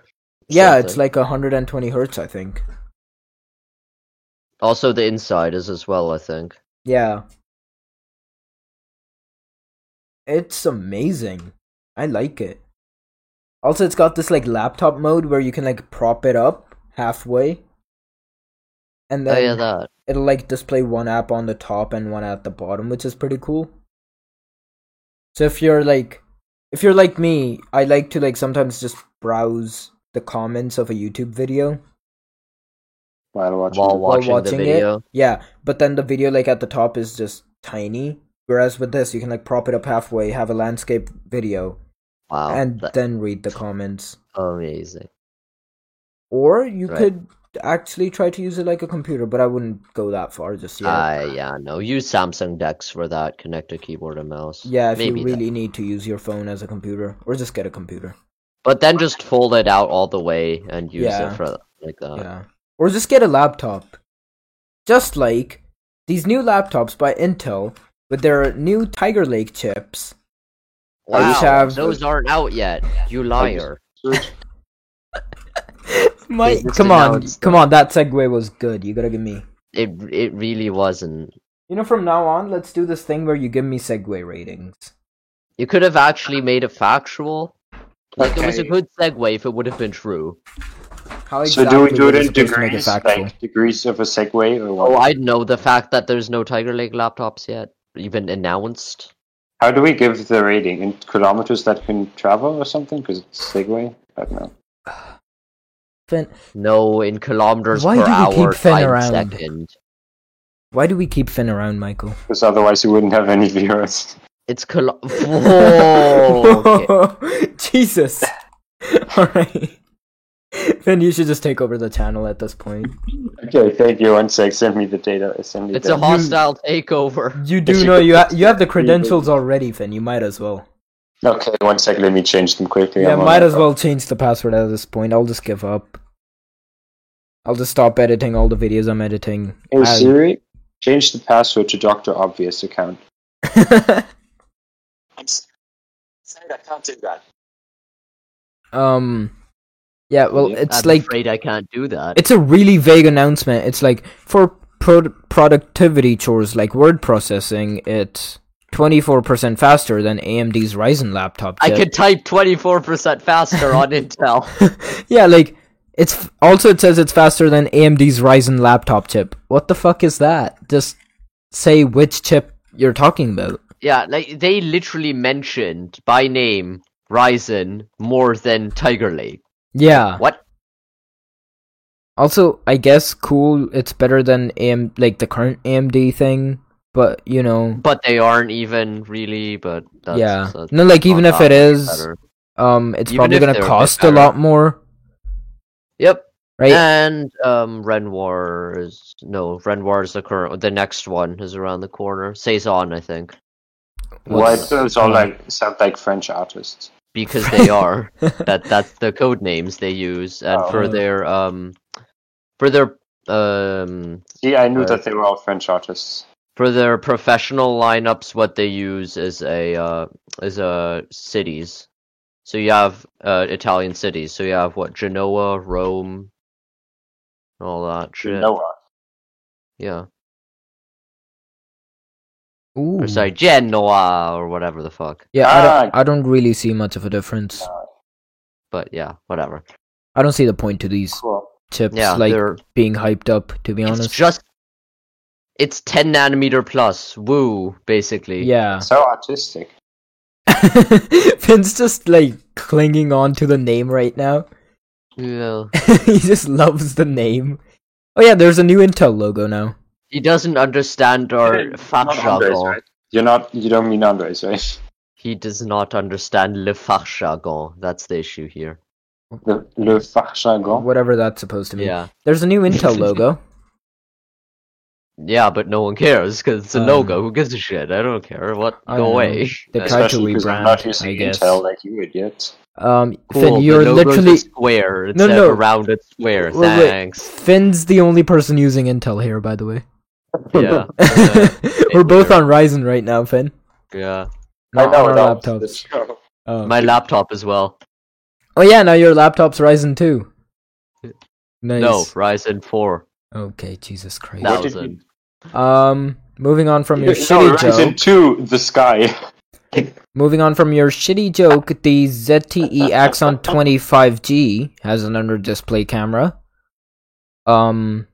Speaker 3: Yeah, it's
Speaker 2: Something.
Speaker 3: like 120 hertz, I think.
Speaker 2: Also, the inside is as well. I think.
Speaker 3: Yeah. It's amazing. I like it. Also, it's got this like laptop mode where you can like prop it up halfway. And
Speaker 2: oh yeah,
Speaker 3: then
Speaker 2: that.
Speaker 3: it'll like display one app on the top and one at the bottom, which is pretty cool. So if you're like if you're like me, I like to like sometimes just browse the comments of a YouTube video
Speaker 1: While watching.
Speaker 2: While watching,
Speaker 3: while watching
Speaker 2: the video.
Speaker 3: it. Yeah, but then the video like at the top is just tiny. Whereas with this, you can like prop it up halfway, have a landscape video,
Speaker 2: Wow.
Speaker 3: and
Speaker 2: that's
Speaker 3: then read the comments.
Speaker 2: amazing.
Speaker 3: Or you
Speaker 2: Right.
Speaker 3: could actually try to use it like a computer, but I wouldn't go that far just yet.
Speaker 2: Ah, yeah, no. Use Samsung Dex for that. Connect a keyboard and mouse.
Speaker 3: yeah, if
Speaker 2: maybe
Speaker 3: you
Speaker 2: that.
Speaker 3: really need to use your phone as a computer, or just get a computer.
Speaker 2: But then just fold it out all the way and use
Speaker 3: Yeah.
Speaker 2: it for like uh, that.
Speaker 3: yeah, or just get a laptop. Just like these new laptops by Intel with their new Tiger Lake chips.
Speaker 2: Wow,
Speaker 3: just have-
Speaker 2: those aren't out yet. You liar.
Speaker 3: My,
Speaker 2: Business
Speaker 3: come on,
Speaker 2: announced.
Speaker 3: come on, that segue was good. You gotta give me.
Speaker 2: It it really wasn't.
Speaker 3: You know, from now on, let's do this thing where you give me segue ratings.
Speaker 2: You could have actually made it factual. Like it was a
Speaker 1: Okay.
Speaker 2: good segue if it would have been true.
Speaker 3: How
Speaker 1: So do we do
Speaker 3: were
Speaker 1: it
Speaker 3: they
Speaker 1: in
Speaker 3: supposed to make
Speaker 1: degrees,
Speaker 3: factual?
Speaker 1: like degrees of a segue, or what?
Speaker 2: Oh, I know the fact that there's no Tiger Lake laptops yet, even announced.
Speaker 1: How do we give the rating in kilometers that can travel or something? Because it's segue. I don't know.
Speaker 3: Finn,
Speaker 2: No, in kilometers
Speaker 3: Why
Speaker 2: per
Speaker 3: do you keep
Speaker 2: hour,
Speaker 3: Finn
Speaker 2: time
Speaker 3: around?
Speaker 2: second.
Speaker 3: why do we keep Finn around, Michael?
Speaker 1: Because otherwise, you wouldn't have any viewers.
Speaker 2: It's kilo. Whoa. okay.
Speaker 3: Jesus. All right, Finn, you should just take over the channel at this point.
Speaker 1: Okay, thank you. One sec. Send me the data. Send me
Speaker 2: It's
Speaker 1: the
Speaker 2: a hostile takeover.
Speaker 3: You do know you ha- you have the credentials already, Finn. You might as well.
Speaker 1: Okay, one sec. Let me change them quickly.
Speaker 3: Yeah,
Speaker 1: I'm on
Speaker 3: might
Speaker 1: my
Speaker 3: as well change the password at this point. I'll just give up. I'll just stop editing all the videos I'm editing.
Speaker 1: phone. Hey
Speaker 3: I'll-
Speaker 1: Siri, change the password to Doctor Obvious account.
Speaker 4: I'm Sad, I can't do that.
Speaker 3: Um, yeah. Well,
Speaker 1: Yeah.
Speaker 3: it's
Speaker 2: I'm
Speaker 3: like
Speaker 2: afraid I can't do that.
Speaker 3: it's a really vague announcement. It's like for pro- productivity chores like word processing, it's twenty four percent faster than AMD's Ryzen laptop.
Speaker 2: I
Speaker 3: chip.
Speaker 2: could type 24% faster on Intel.
Speaker 3: yeah, like it's f- also it says it's faster than AMD's Ryzen laptop chip. What the fuck is that? Just say which chip you're talking about.
Speaker 2: Yeah, like they literally mentioned by name Ryzen more than Tiger Lake.
Speaker 3: Yeah.
Speaker 2: What?
Speaker 3: Also, I guess cool. It's better than AM like the current AMD thing, but you know,
Speaker 2: But they aren't even really. But that's,
Speaker 3: yeah.
Speaker 2: that's
Speaker 3: no, like even
Speaker 2: not
Speaker 3: if it
Speaker 2: that much
Speaker 3: is,
Speaker 2: better.
Speaker 3: um, it's
Speaker 2: Even
Speaker 3: probably
Speaker 2: if
Speaker 3: gonna
Speaker 2: they're a bit
Speaker 3: cost a
Speaker 2: better.
Speaker 3: lot more,
Speaker 2: Yep.
Speaker 3: right?
Speaker 2: And um, Renoir is no Renoir is the current. The next one is around the corner. Saison, I think,
Speaker 1: Why
Speaker 3: What's-
Speaker 1: do those all like sound like French artists?
Speaker 2: because they are that. That's the code names they use, and for
Speaker 3: Oh.
Speaker 2: their um, for their um,
Speaker 1: See, I knew
Speaker 2: Right.
Speaker 1: that they were all French artists.
Speaker 2: for their professional lineups, what they use is a uh, is a cities. So you have uh, Italian cities. So you have what Genoa, Rome, all that shit.
Speaker 1: Noah.
Speaker 2: Yeah,
Speaker 3: Ooh.
Speaker 2: or sorry, Genoa or whatever the fuck.
Speaker 3: Yeah, I don't.
Speaker 1: Ah.
Speaker 3: I don't really see much of a difference.
Speaker 2: But yeah, whatever.
Speaker 3: I don't see the point to these
Speaker 1: Cool.
Speaker 3: chips
Speaker 2: Yeah,
Speaker 3: like
Speaker 2: they're
Speaker 3: being hyped up. To be
Speaker 2: it's
Speaker 3: honest,
Speaker 2: just it's ten nanometer plus. Woo, basically.
Speaker 3: yeah.
Speaker 1: So artistic.
Speaker 3: Finn's just like clinging on to the name right now.
Speaker 2: Yeah.
Speaker 3: he just loves the name. Oh yeah, there's a new Intel logo now.
Speaker 2: He doesn't understand our fat
Speaker 1: Not Andres, right? You're not. You don't mean Andres, right?
Speaker 2: He does not understand le farce jargon. That's the issue here.
Speaker 1: Le, le Farchagon.
Speaker 3: Whatever that's supposed to mean.
Speaker 2: Yeah.
Speaker 3: There's a new Intel logo.
Speaker 2: Yeah, but no one cares because it's a
Speaker 3: Um,
Speaker 2: logo. Who gives a shit? I don't care. What?
Speaker 3: I
Speaker 2: Go
Speaker 3: don't
Speaker 2: away.
Speaker 3: know. They tried to
Speaker 1: Especially because I'm not
Speaker 3: rebrand, I
Speaker 1: using
Speaker 3: guess.
Speaker 1: Intel like you idiot.
Speaker 3: Um,
Speaker 2: Cool,
Speaker 3: Finn,
Speaker 2: the
Speaker 3: you're
Speaker 2: logo's a
Speaker 3: literally
Speaker 2: square. It's
Speaker 3: No,
Speaker 2: no,
Speaker 3: no.
Speaker 2: a rounded square.
Speaker 3: Wait, wait.
Speaker 2: Thanks.
Speaker 3: Finn's the only person using Intel here, by the way.
Speaker 2: Yeah. Uh,
Speaker 3: We're both on Ryzen right now, Finn.
Speaker 2: yeah.
Speaker 3: Not
Speaker 1: I know
Speaker 3: on
Speaker 1: that
Speaker 3: our
Speaker 1: was the
Speaker 3: laptops.
Speaker 1: joke.
Speaker 3: Oh.
Speaker 2: My laptop as well.
Speaker 3: oh yeah, now your laptop's Ryzen too. Nice.
Speaker 2: No, Ryzen four.
Speaker 3: Okay, Jesus Christ.
Speaker 1: What did
Speaker 2: Thousand.
Speaker 3: Um, moving on from your
Speaker 1: no,
Speaker 3: shitty joke.
Speaker 1: Ryzen 2, the sky.
Speaker 3: Moving on from your shitty joke, the ZTE Axon 25G has an under-display camera. Um,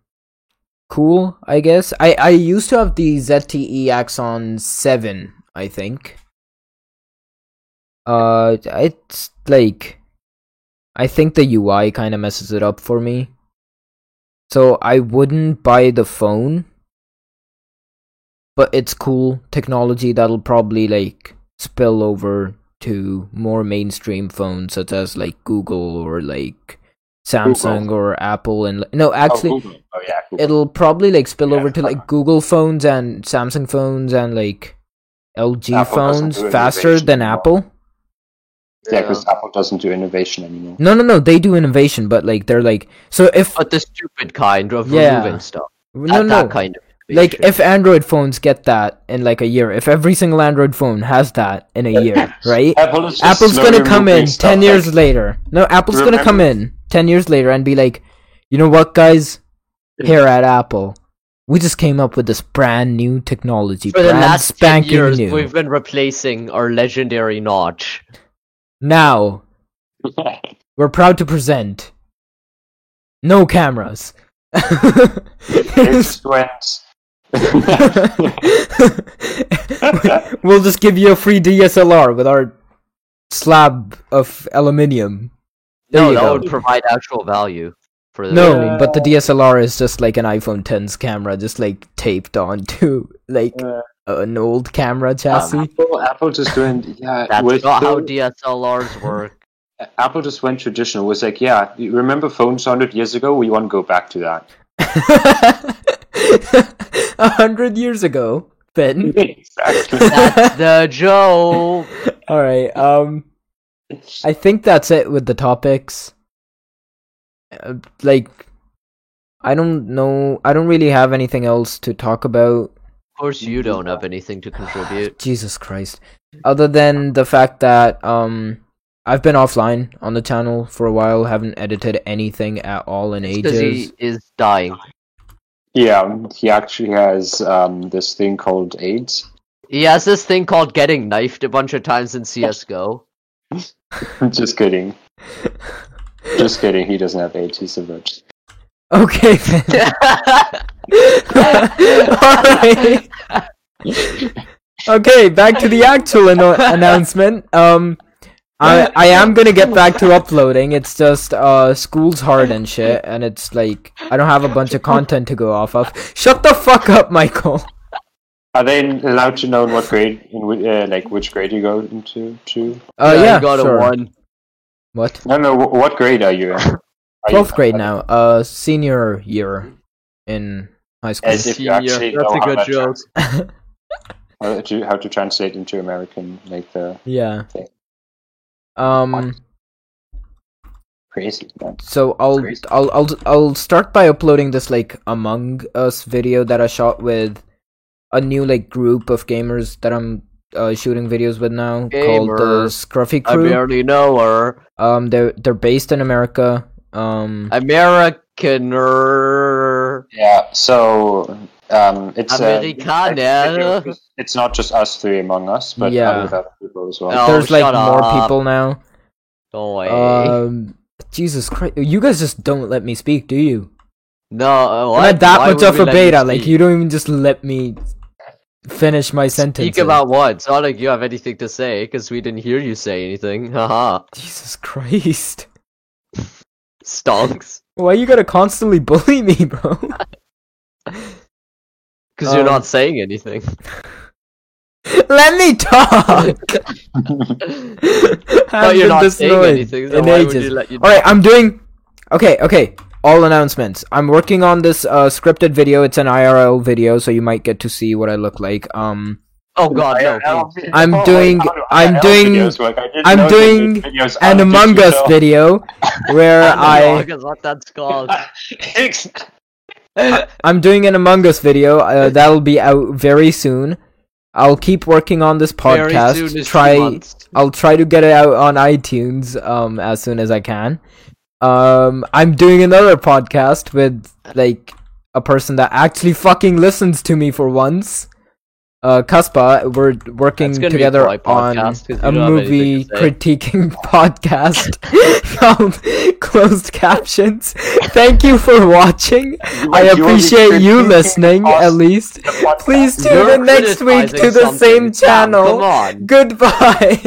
Speaker 3: cool, I guess. I I used to have the ZTE Axon 7, I think. Uh, it's like, I think the UI kind of messes it up for me. So I wouldn't buy the phone but it's cool technology that'll probably like spill over to more mainstream phones such as like Google or like Samsung or Apple and no
Speaker 1: oh,
Speaker 3: actually
Speaker 1: Google. oh yeah, Google.
Speaker 3: it'll probably like spill
Speaker 1: Yeah,
Speaker 3: over to like
Speaker 1: uh-huh.
Speaker 3: Google phones and Samsung phones and like LG
Speaker 1: Apple doesn't
Speaker 3: phones
Speaker 1: do
Speaker 3: faster
Speaker 1: innovation
Speaker 3: than
Speaker 1: anymore.
Speaker 3: Apple.
Speaker 1: yeah, because Apple doesn't do innovation anymore.
Speaker 3: No, no, no, they do innovation, but like they're like so
Speaker 1: Oh,
Speaker 3: if
Speaker 2: But the stupid kind of
Speaker 3: Yeah.
Speaker 2: removing stuff.
Speaker 3: no
Speaker 2: that,
Speaker 3: no
Speaker 2: that kind of
Speaker 3: like
Speaker 2: innovation.
Speaker 3: if Android phones get that in like a year, if every single Android phone has that in a year, right?
Speaker 1: Apple is just
Speaker 3: Apple's
Speaker 1: slowly
Speaker 3: gonna come
Speaker 1: moving
Speaker 3: in
Speaker 1: stuff,
Speaker 3: ten years
Speaker 1: like,
Speaker 3: later. No, Apple's gonna come in ten years later and be like, you know what, guys? Here at Apple, we just came up with this brand new technology,
Speaker 2: for the
Speaker 3: brand
Speaker 2: last 10
Speaker 3: spanking
Speaker 2: years
Speaker 3: new.
Speaker 2: we've been replacing our legendary notch.
Speaker 3: Now we're proud to present no cameras.
Speaker 1: it's
Speaker 3: we'll just give you a free DSLR with our slab of aluminium. There
Speaker 2: No,
Speaker 3: you
Speaker 2: that
Speaker 3: go.
Speaker 2: would provide actual value for the
Speaker 3: No, but the DSLR is just like an iPhone 10's camera, just like taped onto like
Speaker 1: Yeah.
Speaker 3: an old camera chassis.
Speaker 1: Um, Apple, Apple just went. Yeah,
Speaker 2: That's
Speaker 1: with
Speaker 2: not how
Speaker 1: the-
Speaker 2: DSLRs work.
Speaker 1: Apple just went traditional. Was like, yeah, you remember phones hundred years ago? We want to go back to that.
Speaker 3: A hundred years ago, Ben.
Speaker 1: exactly.
Speaker 2: That's the joke.
Speaker 3: All right. Um, I think that's it with the topics. Uh, like, I don't know. I don't really have anything else to talk about.
Speaker 2: course, you don't have anything to contribute.
Speaker 3: Jesus Christ. Other than the fact that um I've been offline on the channel for a while, haven't edited anything at all in
Speaker 2: Because
Speaker 3: ages.
Speaker 2: he is dying.
Speaker 1: Yeah, he actually has um, this thing called AIDS.
Speaker 2: He has this thing called getting knifed a bunch of times in
Speaker 3: Oh,
Speaker 2: CSGO.
Speaker 1: Just kidding. Just kidding. He doesn't have AIDS. He's a virgin.
Speaker 3: Okay then. Alright. Okay, back to the actual anno- announcement. Um, I I am gonna get back to uploading. It's just uh school's hard and shit, and it's like I don't have a bunch of content to go off of. Shut the fuck up, Michael.
Speaker 1: Are they allowed to know in what grade, in whi- uh, like which grade you go into? To
Speaker 3: Uh,
Speaker 2: you
Speaker 3: yeah,
Speaker 2: got a
Speaker 3: sure.
Speaker 2: one.
Speaker 3: What?
Speaker 1: no, no. wh- What grade are you in? Are you-
Speaker 3: Twelfth grade now. Uh, senior year in high school.
Speaker 1: As if you
Speaker 2: Senior.
Speaker 1: actually know
Speaker 2: That's a
Speaker 1: how
Speaker 2: good
Speaker 1: that
Speaker 2: joke.
Speaker 1: trans- how to how to translate into American, like the
Speaker 3: yeah. Um.
Speaker 1: crazy man.
Speaker 3: So I'll
Speaker 1: Crazy.
Speaker 3: I'll I'll I'll start by uploading this like Among Us video that I shot with a new like group of gamers that I'm uh, shooting videos with now called the
Speaker 2: Gamers.
Speaker 3: Scruffy
Speaker 2: I
Speaker 3: Crew.
Speaker 2: barely know her.
Speaker 3: Um, they're they're based in America. Um,
Speaker 2: Americaner.
Speaker 1: Yeah. So um, it's uh,
Speaker 2: Amerikaner.
Speaker 1: it's- It's not just us three among us, but
Speaker 3: Yeah.
Speaker 1: other other people as well.
Speaker 2: No.
Speaker 3: there's like
Speaker 2: shut
Speaker 3: more
Speaker 2: up.
Speaker 3: people now.
Speaker 2: Don't worry.
Speaker 3: Um, Jesus Christ, you guys just don't let me speak, do you?
Speaker 2: no, uh, what?
Speaker 3: I'm not that
Speaker 2: Why
Speaker 3: much
Speaker 2: would
Speaker 3: of
Speaker 2: we
Speaker 3: a
Speaker 2: let you
Speaker 3: beta. Like
Speaker 2: speak?
Speaker 3: you don't even just let me finish my sentence.
Speaker 2: Speak about what? It's not like you have anything to say, because we didn't hear you say anything. Haha.
Speaker 3: Jesus Christ.
Speaker 2: Stonks.
Speaker 3: Why you gotta constantly bully me, bro?
Speaker 2: Because you're
Speaker 3: Um,
Speaker 2: not saying anything.
Speaker 3: Let me talk.
Speaker 2: But
Speaker 3: I've
Speaker 2: you're
Speaker 3: been
Speaker 2: not
Speaker 3: this
Speaker 2: saying
Speaker 3: annoyed
Speaker 2: anything, so
Speaker 3: in
Speaker 2: why
Speaker 3: ages.
Speaker 2: would you let you
Speaker 3: All right, I'm doing. Okay, okay. All announcements. I'm working on this uh, scripted video. It's an IRL video, so you might get to see what I look like. Um,
Speaker 2: Oh god,
Speaker 1: IRL
Speaker 2: no. please.
Speaker 1: videos.
Speaker 3: I'm
Speaker 1: Oh, wait,
Speaker 3: doing-
Speaker 1: how do
Speaker 3: I'm
Speaker 1: IRL
Speaker 3: doing-
Speaker 1: videos work? I didn't
Speaker 3: I'm
Speaker 1: know they
Speaker 3: doing
Speaker 1: Oh, did videos
Speaker 3: an
Speaker 1: on
Speaker 3: Among Us
Speaker 1: digital-
Speaker 3: video where I
Speaker 2: Because what that's called.
Speaker 3: I'm doing an Among Us video uh, that'll be out very soon. I'll keep working on this
Speaker 2: Very
Speaker 3: podcast.
Speaker 2: soon is two
Speaker 3: try
Speaker 2: months.
Speaker 3: I'll try to get it out on iTunes um as soon as I can. Um I'm doing another podcast with like a person that actually fucking listens to me for once. Uh Kaspa, we're working
Speaker 2: That's gonna be
Speaker 3: together
Speaker 2: my
Speaker 3: on
Speaker 2: podcast, 'cause you
Speaker 3: a
Speaker 2: don't have
Speaker 3: movie
Speaker 2: anything to say.
Speaker 3: critiquing podcast called Closed Captions. Thank you for watching. I
Speaker 1: Wait, you will be
Speaker 3: appreciate you
Speaker 1: critiquing
Speaker 3: listening
Speaker 1: us-
Speaker 3: at least.
Speaker 1: the podcast?
Speaker 3: Please tune
Speaker 2: You're
Speaker 3: in next week
Speaker 2: criticizing
Speaker 3: to the
Speaker 2: something.
Speaker 3: same
Speaker 2: Sam,
Speaker 3: channel.
Speaker 2: Come on.
Speaker 3: Goodbye.